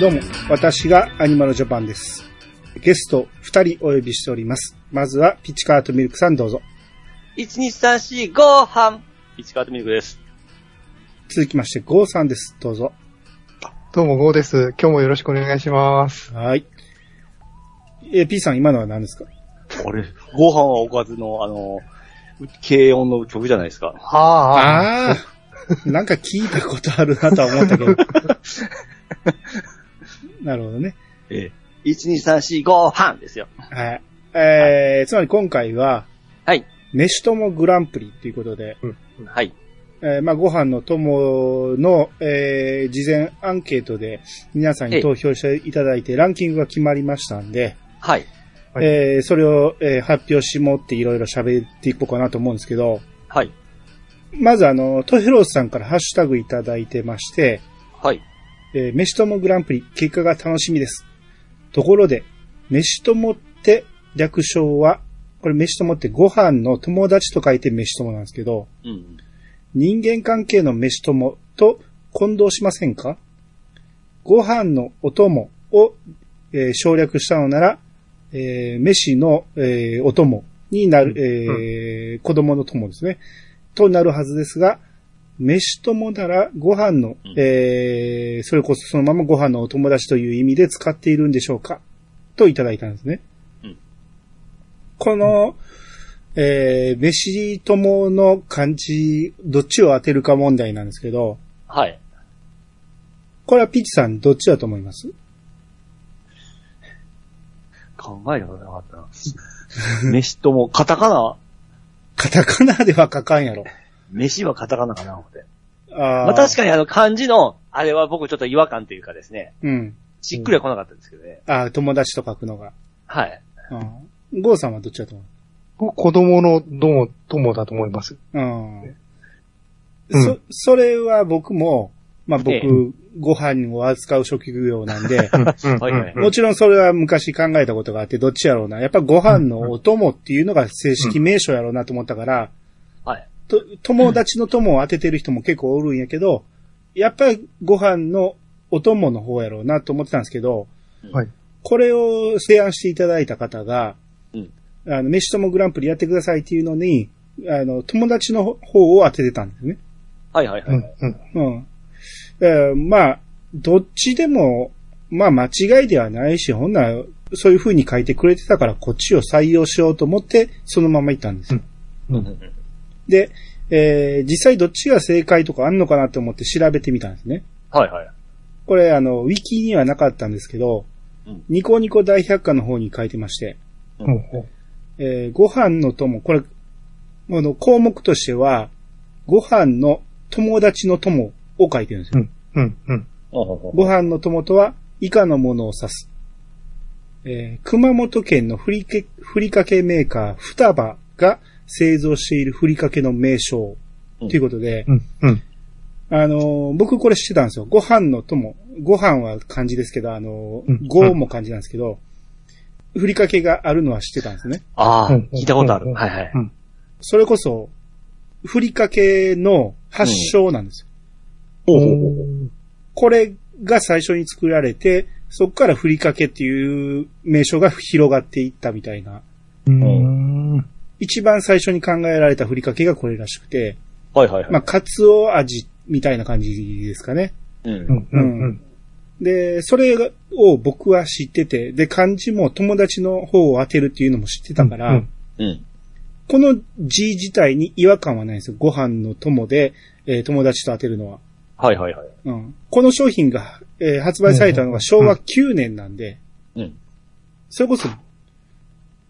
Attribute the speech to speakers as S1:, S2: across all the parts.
S1: どうも、私がアニマルジャパンです。ゲスト2人お呼びしております。まずは、ピチカートミルクさんどうぞ。
S2: 1,2,3,4,5半。
S3: 市川とみるくです。
S1: 続きまして、ゴーさんです。どうぞ。
S4: どうも、ゴーです。今日もよろしくお願いします。
S1: はい。えー、P さん今のは何ですか
S3: あれ、ご飯はおかずの、あの、軽音の曲じゃないですか。
S4: はあ、
S1: ああー、なんか聞いたことあるなとは思ったけど。なるほどね。
S3: ええ。1,2,3,4,5半ですよ。
S1: はい。えー、つまり今回は、
S3: はい。
S1: 飯ともグランプリということで、
S3: はい。
S1: えーまあ、ご飯の友の、えー事前アンケートで皆さんに投票していただいてランキングが決まりましたんで、
S3: はい。
S4: はい
S1: えーそれを、えー発表しもっていろいろ喋っていこうかなと思うんですけど、
S3: はい。
S1: まずあの、トヘロースさんからハッシュタグいただいてまして、
S3: はい。
S1: えー飯ともグランプリ結果が楽しみです。ところで、飯ともって略称は、これ飯ともってご飯の友達と書いて飯ともなんですけど、
S3: うん。
S1: 人間関係の飯ともと混同しませんかご飯のお供を、えー省略したのなら、えー飯の、えーお供になる、えー子供の友ですね。となるはずですが、飯ともならご飯の、
S3: ん
S1: えーそれこそそのままご飯のお友達という意味で使っているんでしょうかといただいたんですね。
S3: うん
S1: この、えー、飯ともの漢字、どっちを当てるか問題なんですけど、
S3: はい。
S1: これはピチさんどっちだと思います
S3: 考えたことなかったな。飯とも、カタカナ
S1: カタカナでは書かんやろ。
S3: 飯はカタカナかな、思って。
S1: あ
S3: まあ確
S1: か
S3: かにあの漢字の、あれは僕ちょっと違和感というかですね、
S1: に。うん。
S3: しっくりは来なかったですけどね。
S1: あー友達と書くのが。
S3: はい。
S1: うん。ゴーさんはどっちだと思
S4: 子供のども、友だと思います。
S1: ううん。
S4: うん
S1: そ、それは僕も、まあ僕、
S3: ええ
S1: ご飯を扱う職業なんで、
S3: はいはい
S4: うん
S1: もちろんそれは昔考えたことがあって、どっちやろうな。やっぱご飯のお供っていうのが正式名称やろうなと思ったから、
S3: はい。
S1: と、友達の友を当ててる人も結構おるんやけど、やっぱりご飯のお供の方やろうなと思ってたんですけど、
S4: はい
S1: これを提案していただいた方が、
S3: うん
S1: あの、飯ともグランプリやってくださいっていうのに、あの、友達の方を当ててたんですね。
S3: はいはい
S4: う
S3: はい。
S4: んうん
S1: うん。えーまあ、どっちでも、まあ間違いではないし、ほんなら、そういう風に書いてくれてたから、こっちを採用しようと思って、そのまま行ったんですよ。
S4: うん
S3: うんうん
S1: で、えー実際どっちが正解とかあんのかなと思って調べてみたんですね。
S3: はいはい。
S1: これ、あの、ウィキにはなかったんですけど、
S3: うん
S1: ニコニコ大百科の方に書いてまして、
S4: うんうん
S1: えーご飯の友、これ、あの、項目としては、ご飯の友達の友を書いてるんですよ
S4: うんうん
S3: ご
S1: ご飯の友とは以下のものを指す。えー熊本県のふりけふりかけメーカー、ふたばが製造しているふりかけの名称。
S3: うん
S1: ということで、
S4: うんうん
S1: あのー僕これ知ってたんですよ。ご飯の友。ご飯は漢字ですけど、あの
S4: う
S1: ー、
S4: ん
S1: ごも漢字なんですけど、ふりかけがあるのは知ってたんですね。
S3: ああ、
S4: うん
S3: 聞いたことある。
S4: うん
S3: はいはい。
S1: それこそ、ふりかけの発祥なんですよ。
S4: お
S1: これが最初に作られて、そこからふりかけっていう名称が広がっていったみたいな。
S4: ーうん
S1: 一番最初に考えられたふりかけがこれらしくて、
S3: はいはいはい。
S1: まあ、カツオ味みたいな感じですかね。
S3: うん
S4: うんうん
S1: で、それを僕は知ってて、で、漢字も友達の方を当てるっていうのも知ってたから、
S4: うん
S3: うん。
S1: この字自体に違和感はないんですよ。ご飯の友で、えー友達と当てるのは。
S3: はいはいはい。
S1: うん、この商品が、えー発売されたのが昭和9年なんで、
S3: うん。
S1: それこそ、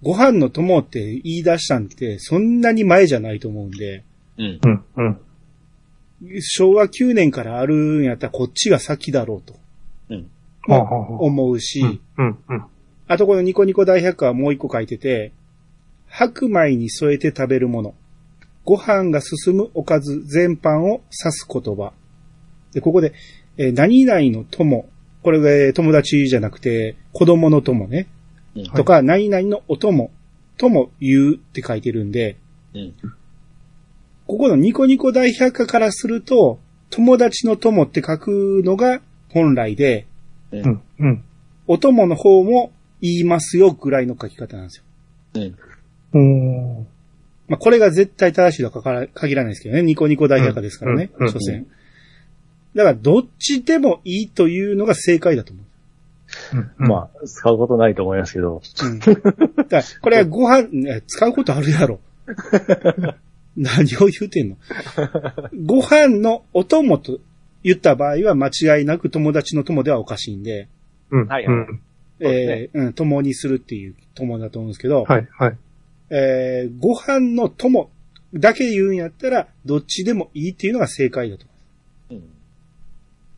S1: ご飯の友って言い出したんって、そんなに前じゃないと思うんで、
S3: うん。
S4: うんうん
S1: 昭和9年からあるんやったらこっちが先だろうと
S3: うん。
S4: はあはあはあ
S1: 思うし、
S4: うんうん
S1: あとこのニコニコ大百科はもう一個書いてて、白米に添えて食べるもの。ご飯が進むおかず全般を指す言葉。で、ここで、えー何々の友。これがえー友達じゃなくて、子供の友ね。
S3: うん
S1: とか、何々のお供。とも言うって書いてるんで、
S3: うん。
S1: ここのニコニコ大百科からすると、友達の友って書くのが本来で、
S5: ええ
S4: うん、うん。
S1: お供の方も言いますよぐらいの書き方なんですよ。
S5: ええ
S4: おー
S1: まあ、これが絶対正しいとはから限らないですけどね。ニコニコ大百科ですからね。
S4: うんうん
S1: 所詮。だから、どっちでもいいというのが正解だと 思う。
S4: うん
S5: まあ、使うことないと思いますけど。
S1: うん。だから、これはご飯、ね使うことあるやろ。 何を言うてんのご飯のお供と言った場合は間違いなく友達の友ではおかしいんで、
S4: うん。
S3: はい
S4: うん
S3: そうですね
S1: えーうん、友にするっていう友だと思うんですけど、
S4: はい、はい。
S1: えーご飯の友だけ言うんやったら、どっちでもいいっていうのが正解だと。
S5: うん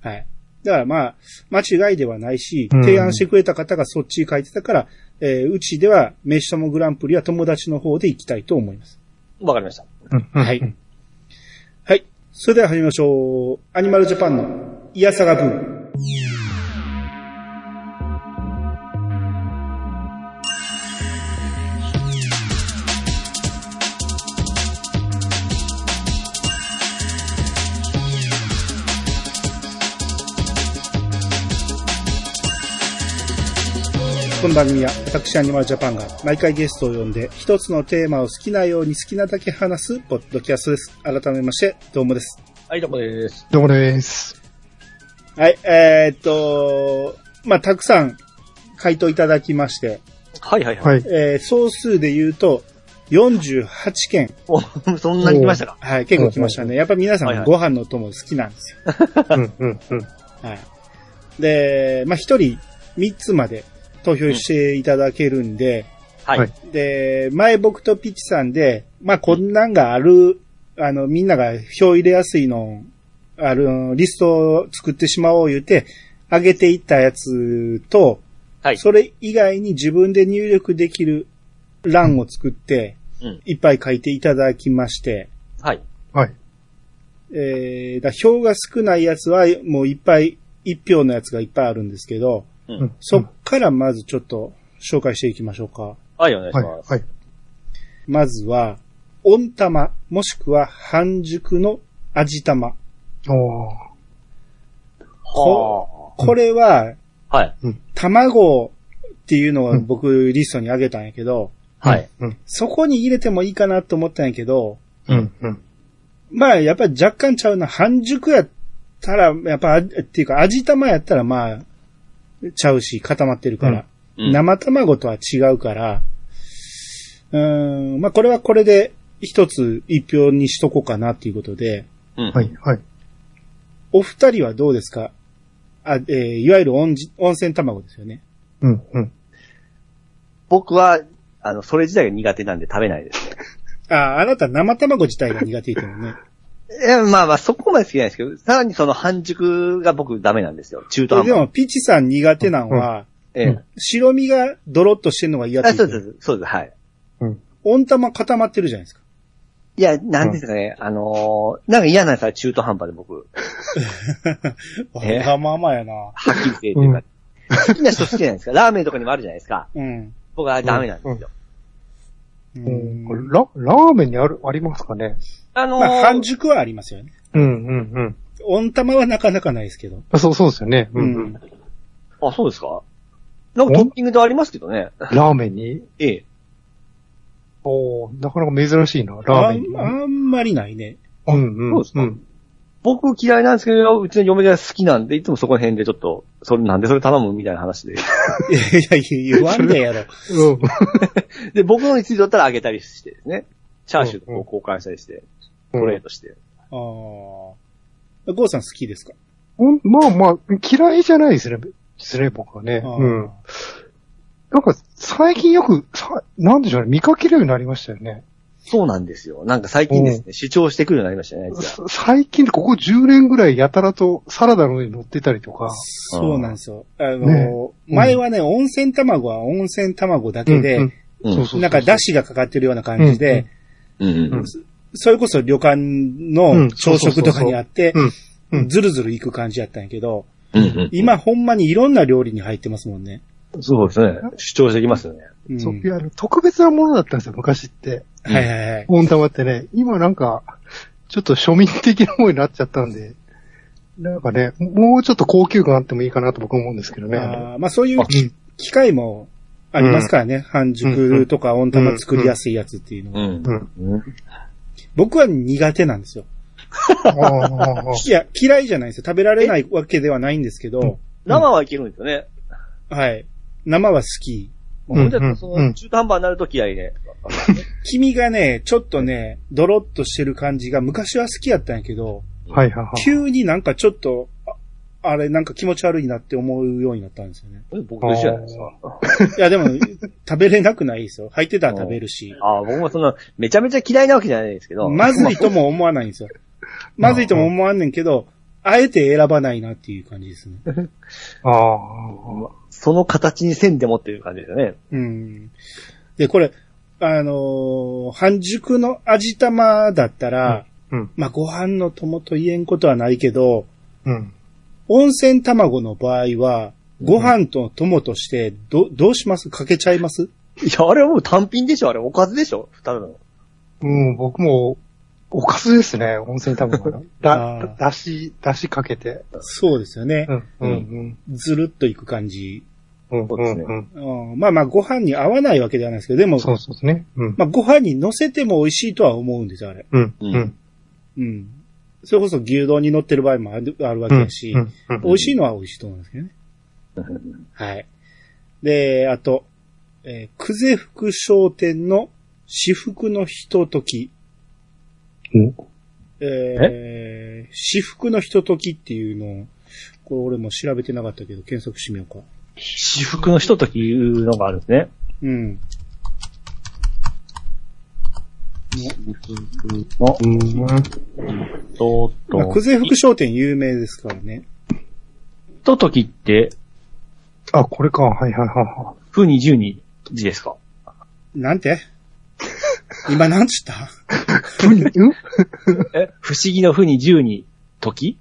S1: はい。だからまあ、間違いではないし、
S4: うん
S1: 提案してくれた方がそっちに書いてたから、えーうちでは、飯友グランプリは友達の方で行きたいと思います。
S3: わかりました。
S4: うんうん
S1: はい。はい。それでは始めましょう。アニマルジャパンのイヤサガブー。この番組は私アニマルジャパンが毎回ゲストを呼んで一つのテーマを好きなように好きなだけ話すポッドキャストです。改めまして、どうもです。
S3: はい、どうもです。
S4: どうもです。
S1: はい、えーっと、まあ、たくさん回答いただきまして、
S3: はいはい。
S4: はいい。
S1: えー総数で言うと48件、
S3: お、 そんなに来ましたか
S1: はい、結構来ましたね。やっぱ皆さ
S3: はいは
S1: ん
S3: い
S1: ご飯の友好きなんですよ。
S4: うん、うん、うん。
S1: はい。で、まあ、一人3つまで投票していただけるんで、
S3: はい。
S4: はい
S1: で、前僕とピチさんで、まあ、こんなんがある、あの、みんなが票入れやすいの、ある、リストを作ってしまおう言うて、上げていったやつと、
S3: はい
S1: それ以外に自分で入力できる欄を作って、
S3: うん
S1: いっぱい書いていただきまして、
S3: はい。
S4: はい。
S1: えー、だ票が少ないやつは、もういっぱい、一票のやつがいっぱいあるんですけど、
S3: うん
S4: うん
S1: そっからまずちょっと紹介していきましょうか。
S3: はい、お願いし
S4: はい、
S3: ます。
S4: はい。
S1: まずは、温玉、もしくは半熟の味玉。
S4: おー
S3: は
S1: これは、
S3: あ。はい。
S1: 卵っていうのを
S4: うん
S1: 僕リストにあげたんやけど、
S3: はい。
S4: うん、
S1: そこに入れてもいいかなと思ったんやけど、
S4: うん、うん。
S1: まあやっぱり若干ちゃうな。半熟やったら、やっぱ、あっていうか味玉やったらまあ、ちゃうし、固まってるから。
S3: うん
S1: 生卵とは違うから、うーん、まあこれはこれで一つ一票にしとこうかなっていうことで、
S3: うん
S4: はい、はい。
S1: お二人はどうですかあ、えーいわゆる温じ温泉卵ですよね。
S4: うん、うん。
S3: 僕は、あの、それ自体が苦手なんで食べないです。
S1: あ、あなた生卵自体が苦手だもん ね。
S3: え、まあまあ、そこまで好きじゃないですけど、さらにその半熟が僕ダメなんですよ。中途
S1: で
S3: 半
S1: で
S3: 端。
S1: も、ピチさん苦手なんは、
S3: ええ
S1: 白身がドロッとしてるのが嫌って
S3: あ
S1: 言
S3: そう
S1: って
S3: で
S1: る。
S3: す、そうです、はい。
S1: 温玉固まってるじゃないですか。
S3: いや、なんですかね、あのーなんか嫌なんですよ、中途半端で僕。
S1: わ
S3: ええ
S1: がままやな。
S3: はっきり言ってというか、好きな人好きじゃないですか。ラーメンとかにもあるじゃないですか。
S1: うん。
S3: 僕はダメなんですよ。
S1: うん
S4: これラ、ラーメンにある、ありますかね
S3: あのー
S1: まあ、半熟はありますよね。
S4: うん、うん、うん
S1: 温玉はなかなかないですけど。
S4: あ。そう、そうですよね。う、
S1: うんん。
S4: うん。
S3: あ、そうですかなんかトッピングではありますけどね。
S4: ラーメンに
S3: ええ。
S4: おーなかなか珍しいな、ラー
S1: あ
S4: メンに。
S1: んあんまりないね。
S4: うん、うん。
S3: そうですか
S4: ん。
S3: 僕嫌いなんですけど、うちの嫁が好きなんで、いつもそこら辺でちょっと、それなんでそれ頼むみたいな話 で。
S1: いやいや、言わんでやろ。
S4: うん。
S3: で、僕のについてだったらあげたりしてですね。チャーシューとこう交換したりして、トレードして。
S1: あーゴーさん好きですか
S4: ほんまあまあ、嫌いじゃないですね。ですね、僕はね。
S1: あー
S4: うん。なんか、最近よく、さなんでしょうね、見かけるようになりましたよね。
S3: そうなんですよ。なんか最近ですね、主張してくるようになりましたね、あいつ
S4: さ最近、ここ10年ぐらいやたらとサラダの上に乗ってたりとか。
S1: そうなんですよ。あ
S4: ね
S1: の、前はね、温泉卵は温泉卵だけで、
S4: うんそ
S3: ら。
S4: うそうそう
S1: なんか出汁がかかってるような感じで、
S3: うん。うんうん。
S1: それこそ旅館の朝食とかにあって
S4: うんそうそう、うんうん
S1: ずるずる行く感じやったんやけど、
S3: うんうん。
S1: 今ほんまにいろんな料理に入ってますもんね。
S3: そうですね。主張してきますよね。
S1: うん
S4: そういうあの特別なものだったんですよ、昔って。
S1: はいはいはい。
S4: 温玉ってね。今なんか、ちょっと庶民的なものになっちゃったんで。
S6: なんかね、もうちょっと高級感あってもいいかなと僕は思うんですけどね。
S1: あーまあそういう
S6: あうん
S1: 機械もありますからね。半熟とか温玉作りやすいやつっていうのは。
S7: ん
S6: うん。
S1: 僕は苦手なんですよ。
S6: あー
S1: いや、嫌いじゃないですよ。食べられないわけではないんですけど、
S3: 生はいけるんですよね。
S1: はい。生は好き。
S3: もうほんじ
S6: うん
S3: ゃ、その、中途半端になるときはいね。
S1: 黄身がね、ちょっとね、ドロッとしてる感じが昔は好きやったんやけど、
S6: はいはいはい。
S1: 急になんかちょっと、ああれなんか気持ち悪いなって思うようになったんですよね。
S3: 僕と一緒じゃないですか。
S1: いやでも、食べれなくないですよ。入ってたら食べるし。
S3: ああ、僕もその、めちゃめちゃ嫌いなわけじゃないですけど。
S1: まずいとも思わないんですよ。まずいとも思わんねんけど、あえて選ばないなっていう感じですね。
S6: あ
S3: その形に線でもっていう感じですよね。
S1: うん。で、これ、あのー半熟の味玉だったら、
S6: うんうん
S1: まあ、ご飯の友と言えんことはないけど、
S6: ーうん。
S1: 温泉卵の場合は、ご飯と友として、ど、どうしますかけちゃいます
S3: いや、あれはもう単品でしょあれおかずでしょただの。
S6: うん、僕も、おかずですね、温泉多分。だ、
S1: あー
S6: だだし、だしかけて。
S1: そうですよね
S6: う。ん、うん、
S1: ずるっといく感じ。
S6: うん。うん
S3: そうですね
S6: うん
S1: うん、まあまあ、ご飯に合わないわけではないですけど、で
S6: う
S1: も
S6: ん、そうそうですね。うん。
S1: まあ、ご飯に乗せても美味しいとは思うんですよ、あれ。
S6: うん、
S3: う
S6: うんん。
S1: うん。それこそ牛丼に乗ってる場合もあるあるわ
S6: う
S1: け
S6: ん
S1: だし、
S6: うんうん
S1: 美味しいのは美味しいと思うんですけどね。はい。で、あと、えー、久世福商店の至福のひととき。えー、至福のひとときっていうのを、これ俺も調べてなかったけど、検索してみようか。
S7: 私服の人ときいうのがあるんですね。
S1: うん。
S7: の、
S6: うんうん
S7: と、
S1: まあ、
S7: と、
S1: 久世福商店有名ですからね。
S7: ひとときって、
S6: あ、これか。はいはい は
S7: ふにじゅうに字ですか
S1: なんて今なんつった
S6: いはい。うん
S7: え不思議のふにじゅうにとき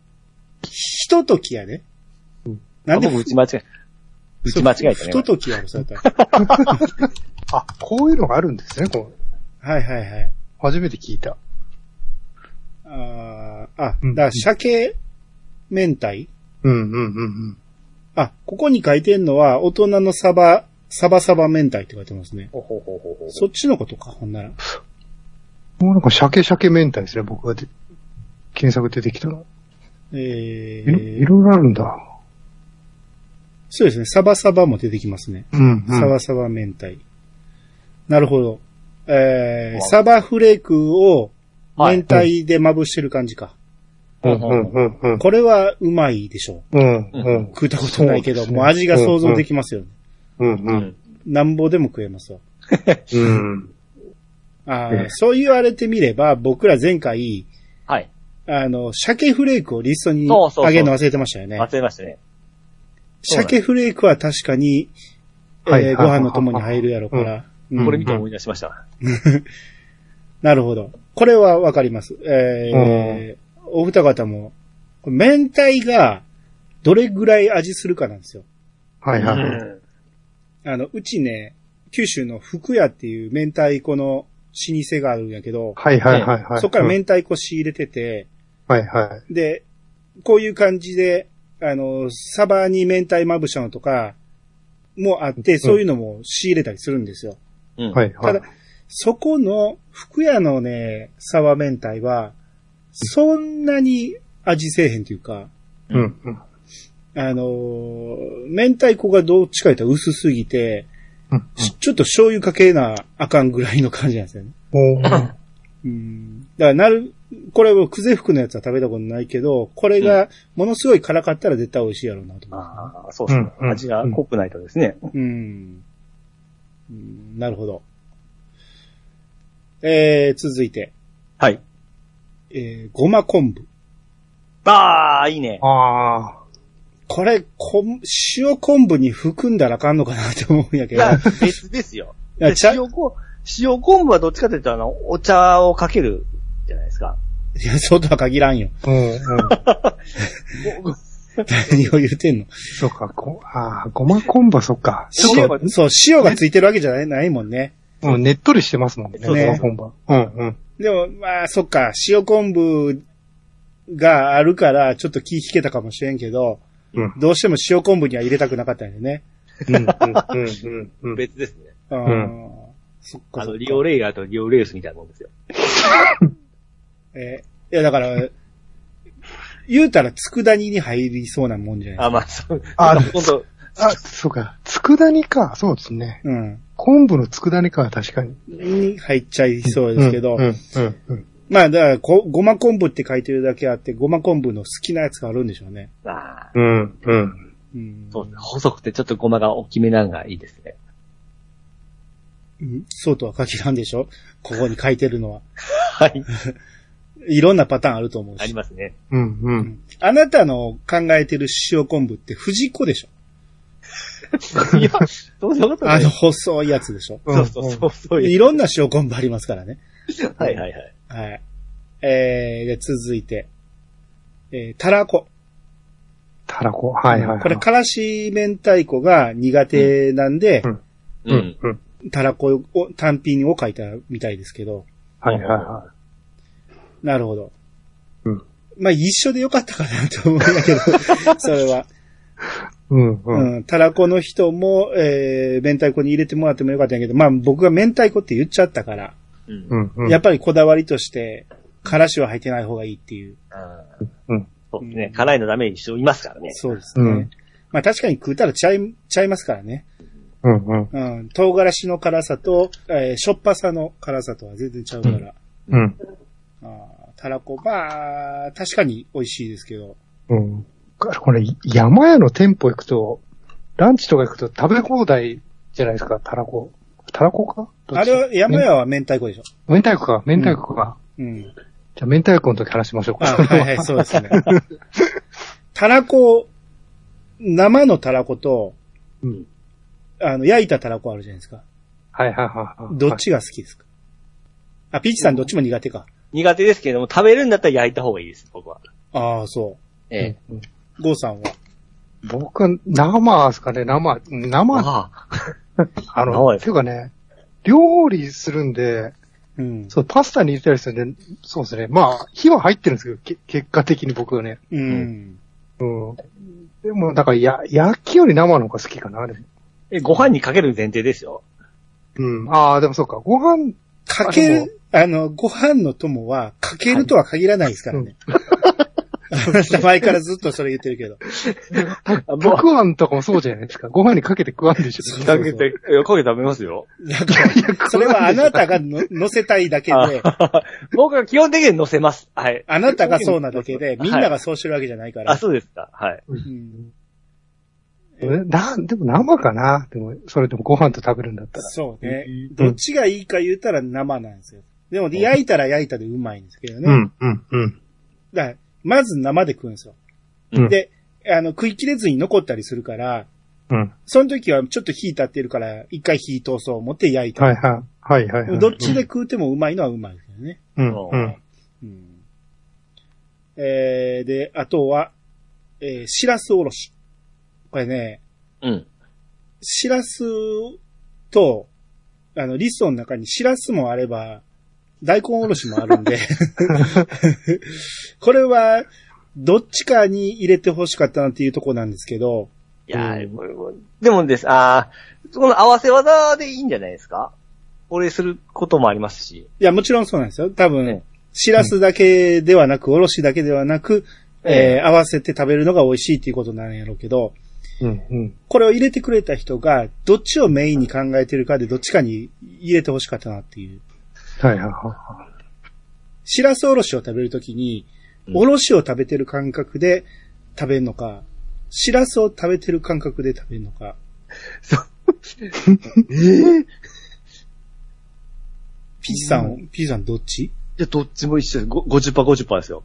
S1: ひとときやで。な
S3: あ
S1: んで
S3: 僕打ち間違え、打ち間違えた
S1: そう
S3: ね。
S1: ひと
S3: 今
S1: ときやろ、そうやったら。
S6: あ、こういうのがあるんですね、こう。
S1: はいはいはい。
S6: 初めて聞いた。
S1: あーあ、
S6: うん
S1: だから鮭明太
S6: うん、うん、うん
S1: あ、ここに書いてんのは、大人のサバ、サバサバ明太って書いてますね。
S3: ほほほほほ
S1: そっちのことか、ほんなら。
S6: うん。もうなんか、鮭鮭明太ですね、僕がで検索出てきたの。
S1: え
S6: いろい
S1: ー、
S6: ろいろあるんだ。
S1: そうですね、サバサバも出てきますね。
S6: うん、うん。
S1: サバサバ明太。なるほど。えー、
S3: わ
S1: サバフレークを
S7: はい
S1: 明太でまぶしてる感じか。
S6: うん、うん、うん、うん。
S1: これはうまいでしょ
S6: うん、
S3: う
S6: うん
S1: う。
S6: ん、
S1: 食ったことないけど、
S6: そうですね
S1: もう味が想像できますよね。
S6: うん、うん。
S1: なんぼでも食えますわ。
S6: うん。
S1: ああ、
S6: ええ
S1: そう言われてみれば、僕ら前回、
S3: はい。
S1: あの、鮭フレークをリストに
S3: そうそうそう
S1: 上げるの忘れてましたよね。
S3: 忘れましたね。
S1: そうなんです鮭フレークは確かに、えー
S6: はいはい
S1: ご飯の友に入るやろから。うん
S3: これ見て思い出しました。
S1: なるほど。これはわかります。えーお二方も、これ明太がどれぐらい味するかなんですよ。
S6: はいは
S7: う
S6: い。
S7: ん
S1: あの、うちね、九州の福屋っていう明太子の老舗があるんやけど、
S6: はいはいはいはい。
S1: そこから
S6: うん
S1: 明太子仕入れてて、
S6: はいはい。
S1: で、こういう感じで、あの、サバに明太まぶしたのとか、もあって、そういうのも仕入れたりするんですよ。
S3: うん。
S6: はいは
S1: た
S6: い
S1: だ。、そこの、福屋のね、サバ明太は、そんなに味せえへんというか、
S6: うん。うん
S1: あのー明太子がどっちか言ったら薄すぎて、
S6: うん
S1: しちょっと醤油かけなあかんぐらいの感じなんですよね。
S6: おー
S1: うんだからなる、これをクゼ服のやつは食べたことないけど、これがものすごい辛かったら絶対美味しいやろうなと思
S3: ああ、そうそう
S6: うん
S3: 味が濃くないとですね。
S1: う。うん。うんなるほど。えー、続いて、
S3: はい。
S1: えー、ごま昆布。
S3: ああ、いいね。
S6: あ
S1: これ、こん塩昆布に含んだらあかんのかなって思うんやけ
S3: い
S1: ど。
S3: や、別ですよ。
S1: いや
S3: で
S1: ちゃ
S3: 塩こ塩昆布はどっちかというと、あの、お茶をかけるじゃないですか。
S1: いや、そうとは限らんよ。
S6: あ。うんうん。
S1: 何を言うてんの。
S6: そうか、ご、ああ、ごま昆布はそっか。ちょっと、
S1: 塩、そう、塩がついてるわけじゃないないもんね。
S6: うんねっとりしてますもんね、
S1: そう
S6: ご
S1: ね
S6: ま昆布は。うんうん。
S1: でも、まあ、そっか、塩昆布があるから、ちょっと気引けたかもしれんけど、
S6: うん
S1: どうしても塩昆布には入れたくなかったんよね。
S6: うん、うん、うん、うん。
S3: 別ですね。
S1: う。
S6: うん
S1: そっか
S3: あ
S1: そっ
S3: の、
S1: か。
S3: リオレイラーとリオレウスみたいなもんですよ。
S1: えーいや、だから、言うたら、佃煮に入りそうなもんじゃない
S3: あ、まあ、そう。
S4: あ
S3: 本当
S4: あ、そうか。佃煮か。そうですね。
S1: うん。
S4: 昆布の佃煮か、確かに。
S1: に入っちゃいそうですけど、
S6: うん、うん、うん。
S1: まあ、だからこ、ごま昆布って書いてるだけあって、ごま昆布の好きなやつがあるんでしょうね。
S3: あー
S6: うん、うん。
S1: うん。
S3: そうですね。細くてちょっとゴマが大きめなのがいいですね。
S1: うんそうとは限らんでしょここに書いてるのは。
S3: はい。
S1: いろんなパターンあると思う
S3: あり
S1: し。
S3: ますね。
S6: うん、う。
S1: うんんあなたの考えてる塩昆布って藤子でしょ
S3: いや、そうそうこと
S1: あ
S3: ない
S1: の。細いやつでしょ
S3: そうそうそうそういう。
S1: いろんな塩昆布ありますからね。
S3: はいはいはい。
S1: はい。えー、で、続いて。えー、たらこ。
S4: たらこ。はいはい、はい。
S1: これ、からし明太子が苦手なんで、
S6: うん、うん。うん
S1: たらこを、単品を書いたみたいですけど。
S4: はいはいは
S1: なるほど。
S6: うん。
S1: まあ、一緒でよかったかなと思うんだけど、それは。
S4: い。うん、うん。
S1: うん。たらこの人も、えー、明太子に入れてもらってもよかったんやけど、まあ、僕が明太子って言っちゃったから、
S3: うん
S6: う。ん、うん。
S1: やっぱりこだわりとして、からしは入ってない方がいいっていう。
S3: あ
S6: う
S3: ー
S6: ん
S3: そうですね。辛いのダメにしておりますからね。
S1: そうですね。
S6: うん
S1: まあ、確かに食うたらちゃい、ちゃいますからね。
S6: うん、うん、
S1: うん。唐辛子の辛さと、えー、しょっぱさの辛さとは全然ちゃうから。
S6: うん。
S1: あーたらこ、まあ、確かに美味しいですけど。
S6: うん。
S4: これ、山屋の店舗行くと、ランチとか行くと食べ放題じゃないですか、たらこ。たらこかどっち
S1: あれは、山屋は明太子でしょ。
S4: 明太子か、明太子か。
S1: うん。
S4: じゃあ、明太子の時話しましょうか。
S1: あ、はいはい、そうですね。 たらこ、生のたらこと、
S4: うん
S1: あの、焼いたたらこあるじゃないですか。
S4: はいはいはいはい。
S1: どっちが好きですか、あ、ピーチさんどっちも苦手か。
S3: 苦手ですけれども、食べるんだったら焼いた方がいいです、僕は。
S1: ああ、そ
S3: ええ。
S1: う。ゴーさんは。
S4: 僕は生ですかね、生、生、
S3: ああ。
S4: あ
S3: 生
S4: の、
S3: で
S4: っていうかね、料理するんで、
S1: うん。
S4: そう、パスタに入れたりするんで、そうですね。まあ、火は入ってるんですけど、け結果的に僕はね。
S1: うん。
S4: うん。でも、だから、や、焼きより生の方が好きかな、でも。
S3: え、ご飯にかける前提です よ。
S4: うん。ああ、でもそうか。ご飯、
S1: か
S4: あ
S1: け
S4: でも
S1: る、あの、ご飯の友は、かけるとは限らないですからね。 前からずっとそれ言ってるけど。
S3: あも
S4: たくあんとかもそうじゃないですか。ご飯にかけて食わんでし
S1: そ
S4: ょ。
S1: う
S3: う、かけて、いやかけて食べますよ。
S1: だから、 それはあなたがの乗せたいだけ
S3: あ
S1: で、
S3: 僕は基本的に乗せます。はい。
S1: あなたがそうなだけで、
S3: はい
S1: みんながそうしてるわけじゃないから。
S3: あ、そうですか。はい。
S1: うん
S4: えな、でも生かな。でも、それでもご飯と食べるんだったら。
S1: そうね。
S6: うん
S1: どっちがいいか言うたら生なんですよ。でも、焼いたら焼いたでうまいんですけどね。
S6: うん、うん、うん。
S1: だから、まず生で食うんですよ。
S6: うん
S1: で、あの、食い切れずに残ったりするから、
S6: うん。
S1: その時はちょっと火立ってるから、一回火通そう思って焼いた。
S4: はいはい。はいはい、はい。
S1: どっちで食うてもうまいのはうまいですよね。
S6: うん、うん。
S1: うん。えー、で、あとは、えー、しらすおろし。これね、
S3: うん。
S1: しらすと、あの、リストの中にしらすもあれば、大根おろしもあるん で、これは、どっちかに入れて欲しかったなっていうとこなんですけど、
S3: いやー、これもでもです、ああ、この合わせ技でいいんじゃないですかこれすることもありますし。
S1: いや、もちろんそうなんですよ。多分
S3: え、
S1: しらすだけではなく、おろしだけではなく、え
S3: え
S1: ー合わせて食べるのが美味しいっていうことなんやろうけど、
S4: うんうん。
S1: これを入れてくれた人が、どっちをメインに考えてるかで、どっちかに入れて欲しかったなっていう。
S4: はいはいは
S1: しらすおろしを食べるときに、
S3: うん
S1: おろしを食べてる感覚で食べるのか、しらすを食べてる感覚で食べるのか。ピーチさん、ピーチさんどっ ち
S3: いや、どっちも一緒です。ご50%、50%ですよ。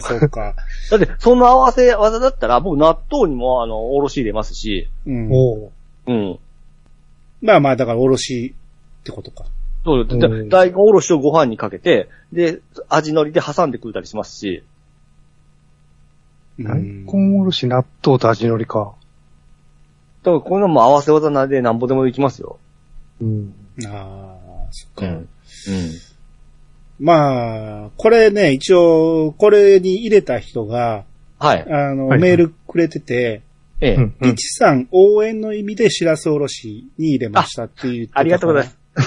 S1: そうか。
S3: だって、その合わせ技だったら、僕納豆にも、あの、おろし入れますし、
S1: うん
S4: い。。おう
S3: うん。
S1: まあまあ、だからおろしってことか。
S3: そうよ。だって
S4: うん
S3: 大根おろしをご飯にかけて、で、味のりで挟んで食うたりしますし、
S4: 大根おろ
S1: し。
S4: し、納豆と味のりか。
S3: だからこんなのも合わせ技なんでなんぼでもできますよ。
S4: うん。
S1: ああ、そっか。
S3: うん。
S1: まあ、これね、一応、これに入れた人が、
S3: はい。
S1: あの、
S6: はい
S1: メールくれてて、
S3: ええ。
S6: うんう
S1: リ
S6: ん
S1: チさん応援の意味でしらすおろしに入れましたっていう。
S3: ありがとうございま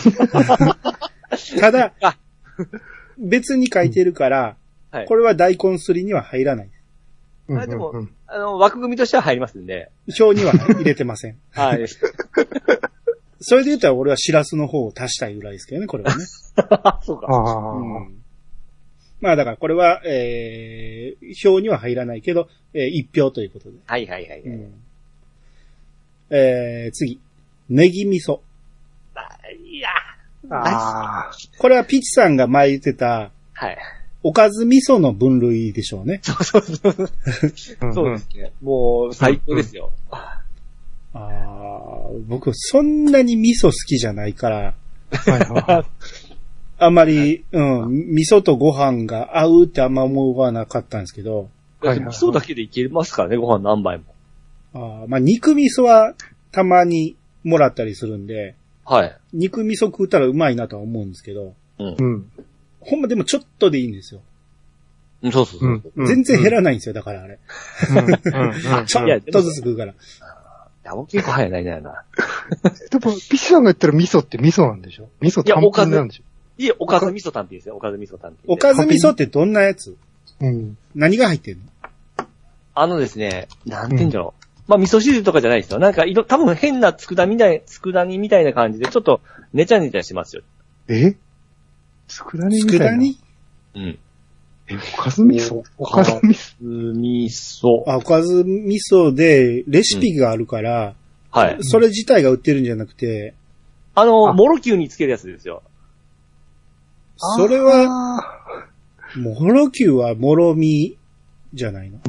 S3: す。
S1: す。 ただ
S3: あ、
S1: 別に書いてるから、
S3: うんはい
S1: これは大根すりには入らない。
S6: うん
S3: あでも
S6: うん
S3: あの、枠組みとしては入りますんで。
S1: 表には入れてません。
S3: はい。
S1: それで言ったら俺はしらすの方を足したいぐらいですけどね、これはね。
S3: そうか。
S4: ああ、
S1: うんまあだからこれは、えー、表には入らないけど、えー、一票ということで。
S3: はいはいはい。
S1: うんえー、次。ネギ味噌。
S3: いや
S4: ああ、
S1: これはピチさんが前言ってた、
S3: はい。
S1: おかず味噌の分類でしょうね。
S3: そうそうそう。
S6: うん
S3: そうですね。もう、最高ですよ。
S1: あー僕、そんなに味噌好きじゃないから、
S6: はいは
S1: あんまり、うん、味噌とご飯が合うってあんま思わなかったんですけど、
S3: だ
S4: は
S3: っ
S4: い
S3: て味噌だけでいけますからね、ご飯何杯も。
S1: あーまあ、肉味噌はたまにもらったりするんで、
S3: はい。
S1: 肉味噌食うたらうまいなとは思うんですけど、
S6: いうん
S1: ほんまでもちょっとでいいんですよ。
S3: うんそうそう
S6: う
S3: そ
S6: ん
S3: う。
S6: うん
S1: 全然減らないんですよ、だからあれ。ちょ
S3: いや
S1: っとずつ食うから。
S3: ダボ結構早いないなな。
S4: でも、ピッシさんが言ってる味噌って味噌なんでしょ味噌単品なんでしょ
S3: いえ、おかず味噌単品ですよ、おかず味噌単品で。
S1: おかず味噌ってどんなやつ
S4: うん。
S1: 何が入ってんの
S3: あのですね、なんて言うんだろう。まあ、味噌汁とかじゃないですよ。なんか、いろ、多分変な佃みたい、佃煮みたいな感じで、ちょっと、ねちゃねちゃしますよ。
S4: え佃煮みたいな。
S1: 佃煮
S3: うん。
S4: え、おかず味噌おかず味噌
S3: 味噌。
S1: あ、おかず味噌でレシピがあるから、
S3: はい。
S1: それ自体が売ってるんじゃなくて、
S3: あの、
S4: あ
S3: モロキューにつけるやつですよ。
S1: それは、
S4: あ
S1: もろきゅうはもろみじゃないの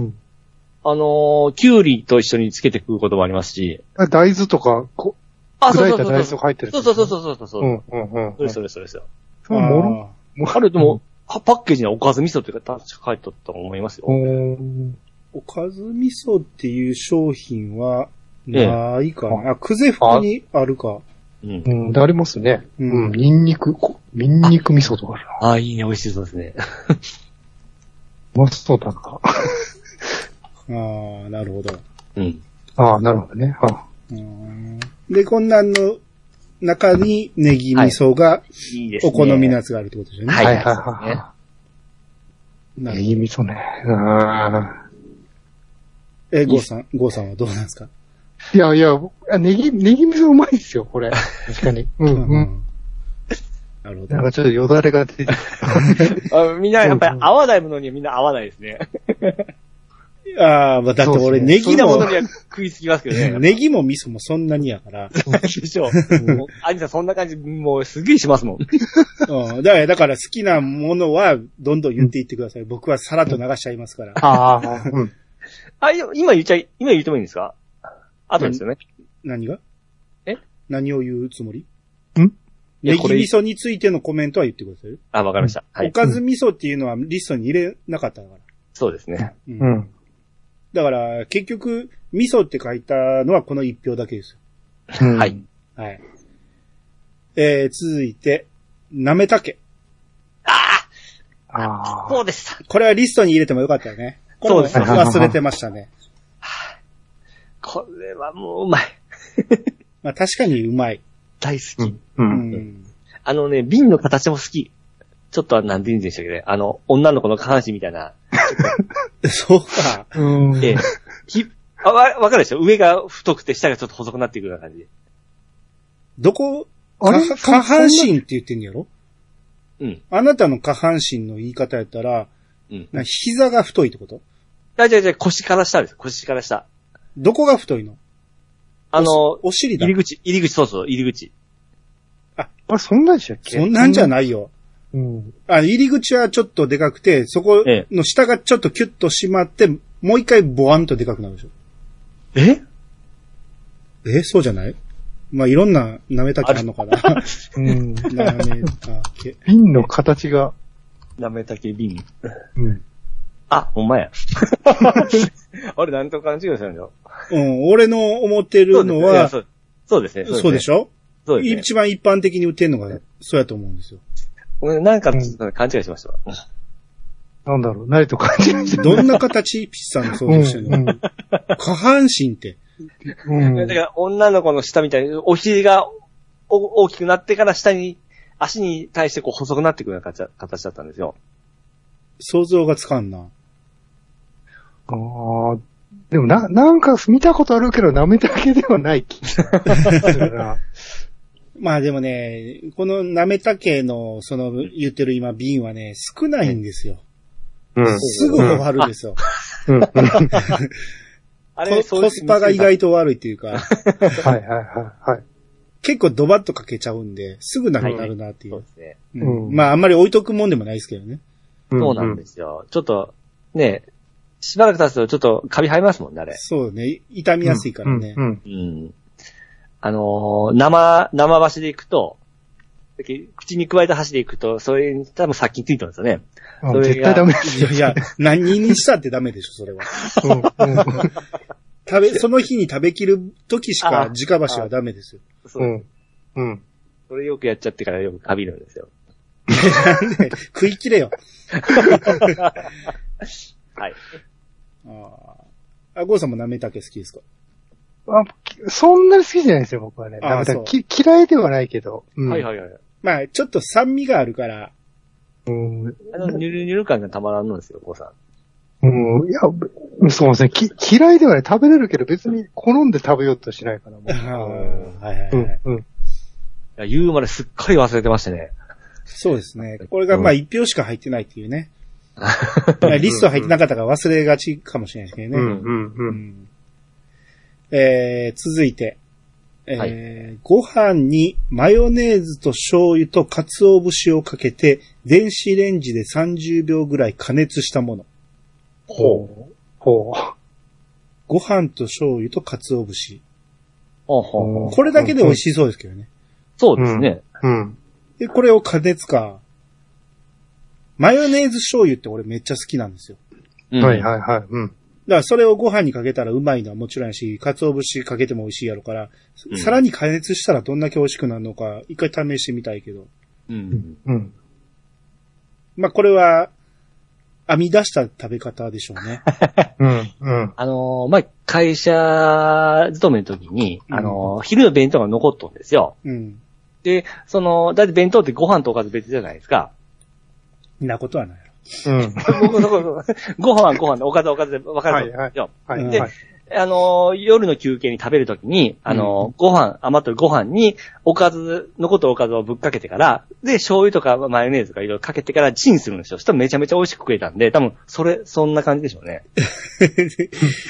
S3: あのー、キュウリと一緒につけて食うこともありますし。
S4: ー大豆とか、こ
S3: あ、
S4: 砕
S3: そう
S4: い
S3: そ
S4: た大
S3: うそう
S4: 豆
S3: そう。
S4: が入ってる。
S3: そうそうそう
S4: う。
S3: そうそうそうう。
S6: んうんう
S3: それ
S6: ん
S3: それそれそれ。
S4: それもろ
S1: あー
S3: あれでも、はパッケージにはおかず味噌って確か書いてあったと思いますよ。
S4: おー
S1: おかず味噌っていう商品は、
S3: ええ
S1: ないかな。あ、くぜ服にあるか。
S3: うん
S4: う。ん、でありますね。
S1: う
S4: うんん、ニンニク、こニンニク味噌とかあるな。
S3: ああ、いいね、美味しそうですね。
S4: うまそうだな。
S1: ああ、なるほど。
S3: うん。
S4: ああ、なるほどね。あ
S1: うんで、こんなんの中にネギ味噌が
S3: いいですね。
S1: お好みのやつがあるってことですよね。
S3: はい
S4: はいはいは。
S1: ない
S4: ネ
S1: るほ
S4: ギ味噌ね。あ
S1: どえ、ゴーさん、ゴーさんはどうなんですか
S4: ーいやいや、あネギ、ネギ味噌うまいですよ、これ。確か に。うん
S1: う
S4: うん。
S1: んなるほど
S4: なん。かちょっとよだれが 出てきた。
S3: あみんな、やっぱり合わないものにはみんな合わないですね。
S1: ああ、まあだ
S4: そ
S1: って
S4: うで
S1: 俺
S4: す
S1: ネ
S4: ね
S3: 好き
S1: ギ
S3: なも
S1: も
S3: の、には食いつきますけ どね。
S1: ネギも味噌もそんなにやから。
S3: でしょう。もうアニさんそんな感じ、もうすげえし ますもん。
S1: うん。だから、だから好きなものはどんどん言っていってください。僕はさらっと流しちゃいますから。
S4: ああ、
S6: うん
S3: あ、いや今言っちゃい、今言ってもいいんですかあとですよね。
S1: 何が
S3: え
S1: 何を言うつもり
S3: いや
S1: ネ
S3: こ
S1: ギ
S3: れ
S1: 味噌についてのコメントは言ってくださいよ。
S3: あ、わかりました。は
S1: お
S3: い。
S1: かず味噌っていうのはリストに入れなかったから。
S3: そうですね。
S1: うん
S6: うん。
S1: だから、結局、味噌って書いたのはこの一票だけですよ。
S6: うん
S3: はい。
S1: はい。えー、続いて、なめたけ。
S4: ああ。
S3: そうでした。
S1: これはリストに入れてもよかったよね。これも
S3: そうです
S4: ね
S1: 忘れてましたね。
S3: これはもううまい。
S1: まあ確かにうまい。
S3: 大好き。
S6: う。
S1: うんん。
S3: あのね、瓶の形も好き。ちょっと、なんて言うんでしたっけね。あの、女の子の下半身みたいな。
S1: そうか。
S4: うん。
S3: ええ。ひ、あわ、わかるでしょ上が太くて下がちょっと細くなっていくような感じ。
S1: どこ、
S4: あれ
S1: か下半身って言ってんやろ
S3: うん。
S1: あなたの下半身の言い方やったら、
S3: うん。
S1: な膝が太いってこと
S3: あじゃあじゃあ腰から下です。腰から下。
S1: どこが太いの
S3: あの、
S1: お尻だ
S3: 入り。口、入り口、そうそう、入り口。
S4: あれ、そんなんでしたっけ
S1: そんなんじゃ
S4: ない。
S1: ないよ。
S4: うん。
S1: あ、入り口はちょっとでかくて、そこ
S3: え
S1: の下がちょっとキュッと締まって、もう一回ボワンとでかくなるでしょ。
S3: え
S1: え、そうじゃないまあ、いろんな舐めたけあんのか な。
S4: うん。
S1: 舐めたけ。
S4: 瓶の形が。
S3: なめたけ瓶。
S4: うん。
S3: あ、ほん まや。あれ、なんと勘違いしたんだよ。
S1: うん、俺の思ってるのは、
S3: そうですそうそうですね。
S1: そうでし
S3: ょ
S1: ょ
S3: そうですね。
S1: 一番一般的に売ってんのが、そうやと思うんですよ。
S3: ごめん、なんか、勘違いしましたわ。
S4: なんだろう、ないと感じないじゃん。
S1: どんな形ピッチさんの想像してるの、下半身って。
S4: うん。う
S3: だから、女の子の下みたいに、お尻がお大きくなってから下に、足に対してこう細くなっていくような形だ形だったんですよ。
S1: 想像がつかんな。
S4: ん。ああ。でもな、なんか見たことあるけど、舐めたけではない気がするな。
S1: まあでもね、このなめた系の、その、言ってる今瓶はね、少ないんですよ。
S6: うん。
S1: すぐ終わるんですよ。
S6: うん。
S3: あ
S1: ココスパが意。外と悪いっていうか、
S4: はいはいはいはい。
S1: 結構ドバッとかけちゃうんで、すぐなくなるなってい
S3: そう
S1: う
S3: で。すね。
S1: うん
S4: うん
S1: まああんまり置いとくもんでもないですけどね。
S3: そうなんですよ。ちょっと、ね、しばらく経つとちょっとカビ生えますもんね、あれ。
S1: そうね、痛みやすいからね
S6: う。ん。。
S3: うん。あのー生、生箸で行くと、口に加えた箸で行くと、それに多分殺菌ついてるんですよね。
S4: うん
S3: それが
S4: 絶対ダメで
S1: いやいや、何にしたってダメでしょ、それは。
S4: す。うんうん
S1: 食べ、その日に食べきる時しか
S3: あ
S1: 直箸はダメですよ。
S3: そううん
S6: うん。
S3: それよくやっちゃってからよくカビるんですよ。
S1: 食い切れよ。
S3: はい。
S1: あーあ、ゴーさんも舐めたけ好きですか
S4: あきそんなに好きじゃないですよ、僕はね。
S1: あー
S4: だから
S1: そう
S4: き嫌いではないけど。うん
S3: はいはいはい。
S1: まあ、ちょっと酸味があるから、
S4: うん
S3: あの、ニュルニュル感がたまらんのですよ、お子さん。
S4: うん、いや、そうですね。き嫌いではない。食べれるけど、別に好んで食べようとしないから、も
S1: あーはいは
S4: う。う
S1: いはい
S4: ん、うん。
S3: いや、言うまですっかり忘れてましたね。
S1: そうですね。これがまあ一票しか入ってないっていうね。リスト入ってなかったから忘れがちかもしれないですけどね。
S6: うん。うん。う。
S1: うんんえー、続いて、えー
S3: は
S1: ご飯にマヨネーズと醤油と鰹節をかけて、電子レンジで30秒ぐらい加熱したもの。
S4: ほう。ほ
S1: ご飯と醤油と鰹節。
S3: ほうほうほう
S4: う。
S1: これだけで美味しそうですけどね。
S3: そうですね。
S6: うん。
S1: で、これを加熱か。マヨネーズ醤油って俺めっちゃ好きなんですよ。
S3: う
S6: はいはいはい。うん。
S1: だからそれをご飯にかけたらうまいのはもちろんやし、鰹節かけても美味しいやろから、
S3: うん
S1: さらに加熱したらどんだけ美味しくなるのか、一回試してみたいけど。
S3: うん。
S4: うん。
S1: まあ、これは、編み出した食べ方でしょ うね。
S6: うん。うん。
S3: あのー、前、会社勤めの時に、あのー、昼の弁当が残っとんですよ。
S1: うん。
S3: で、その、だいたい弁当ってご飯とおかず別じゃないですか。
S1: んなことはないやろ。
S6: うん。
S3: 僕そこそこご飯はご飯で、おかずはおかずで分かると思うんですよ。
S6: はい。
S1: で
S6: はい。
S3: あのー、夜の休憩に食べるときに、あのー、ご飯、余ってるご飯に、おかず、残ったおかずをぶっかけてから、で、醤油とかマヨネーズとかいろいろかけてからチンするんですよ。そしたらめちゃめちゃ美味しく食えたんで、多分、それ、そんな感じでしょうね。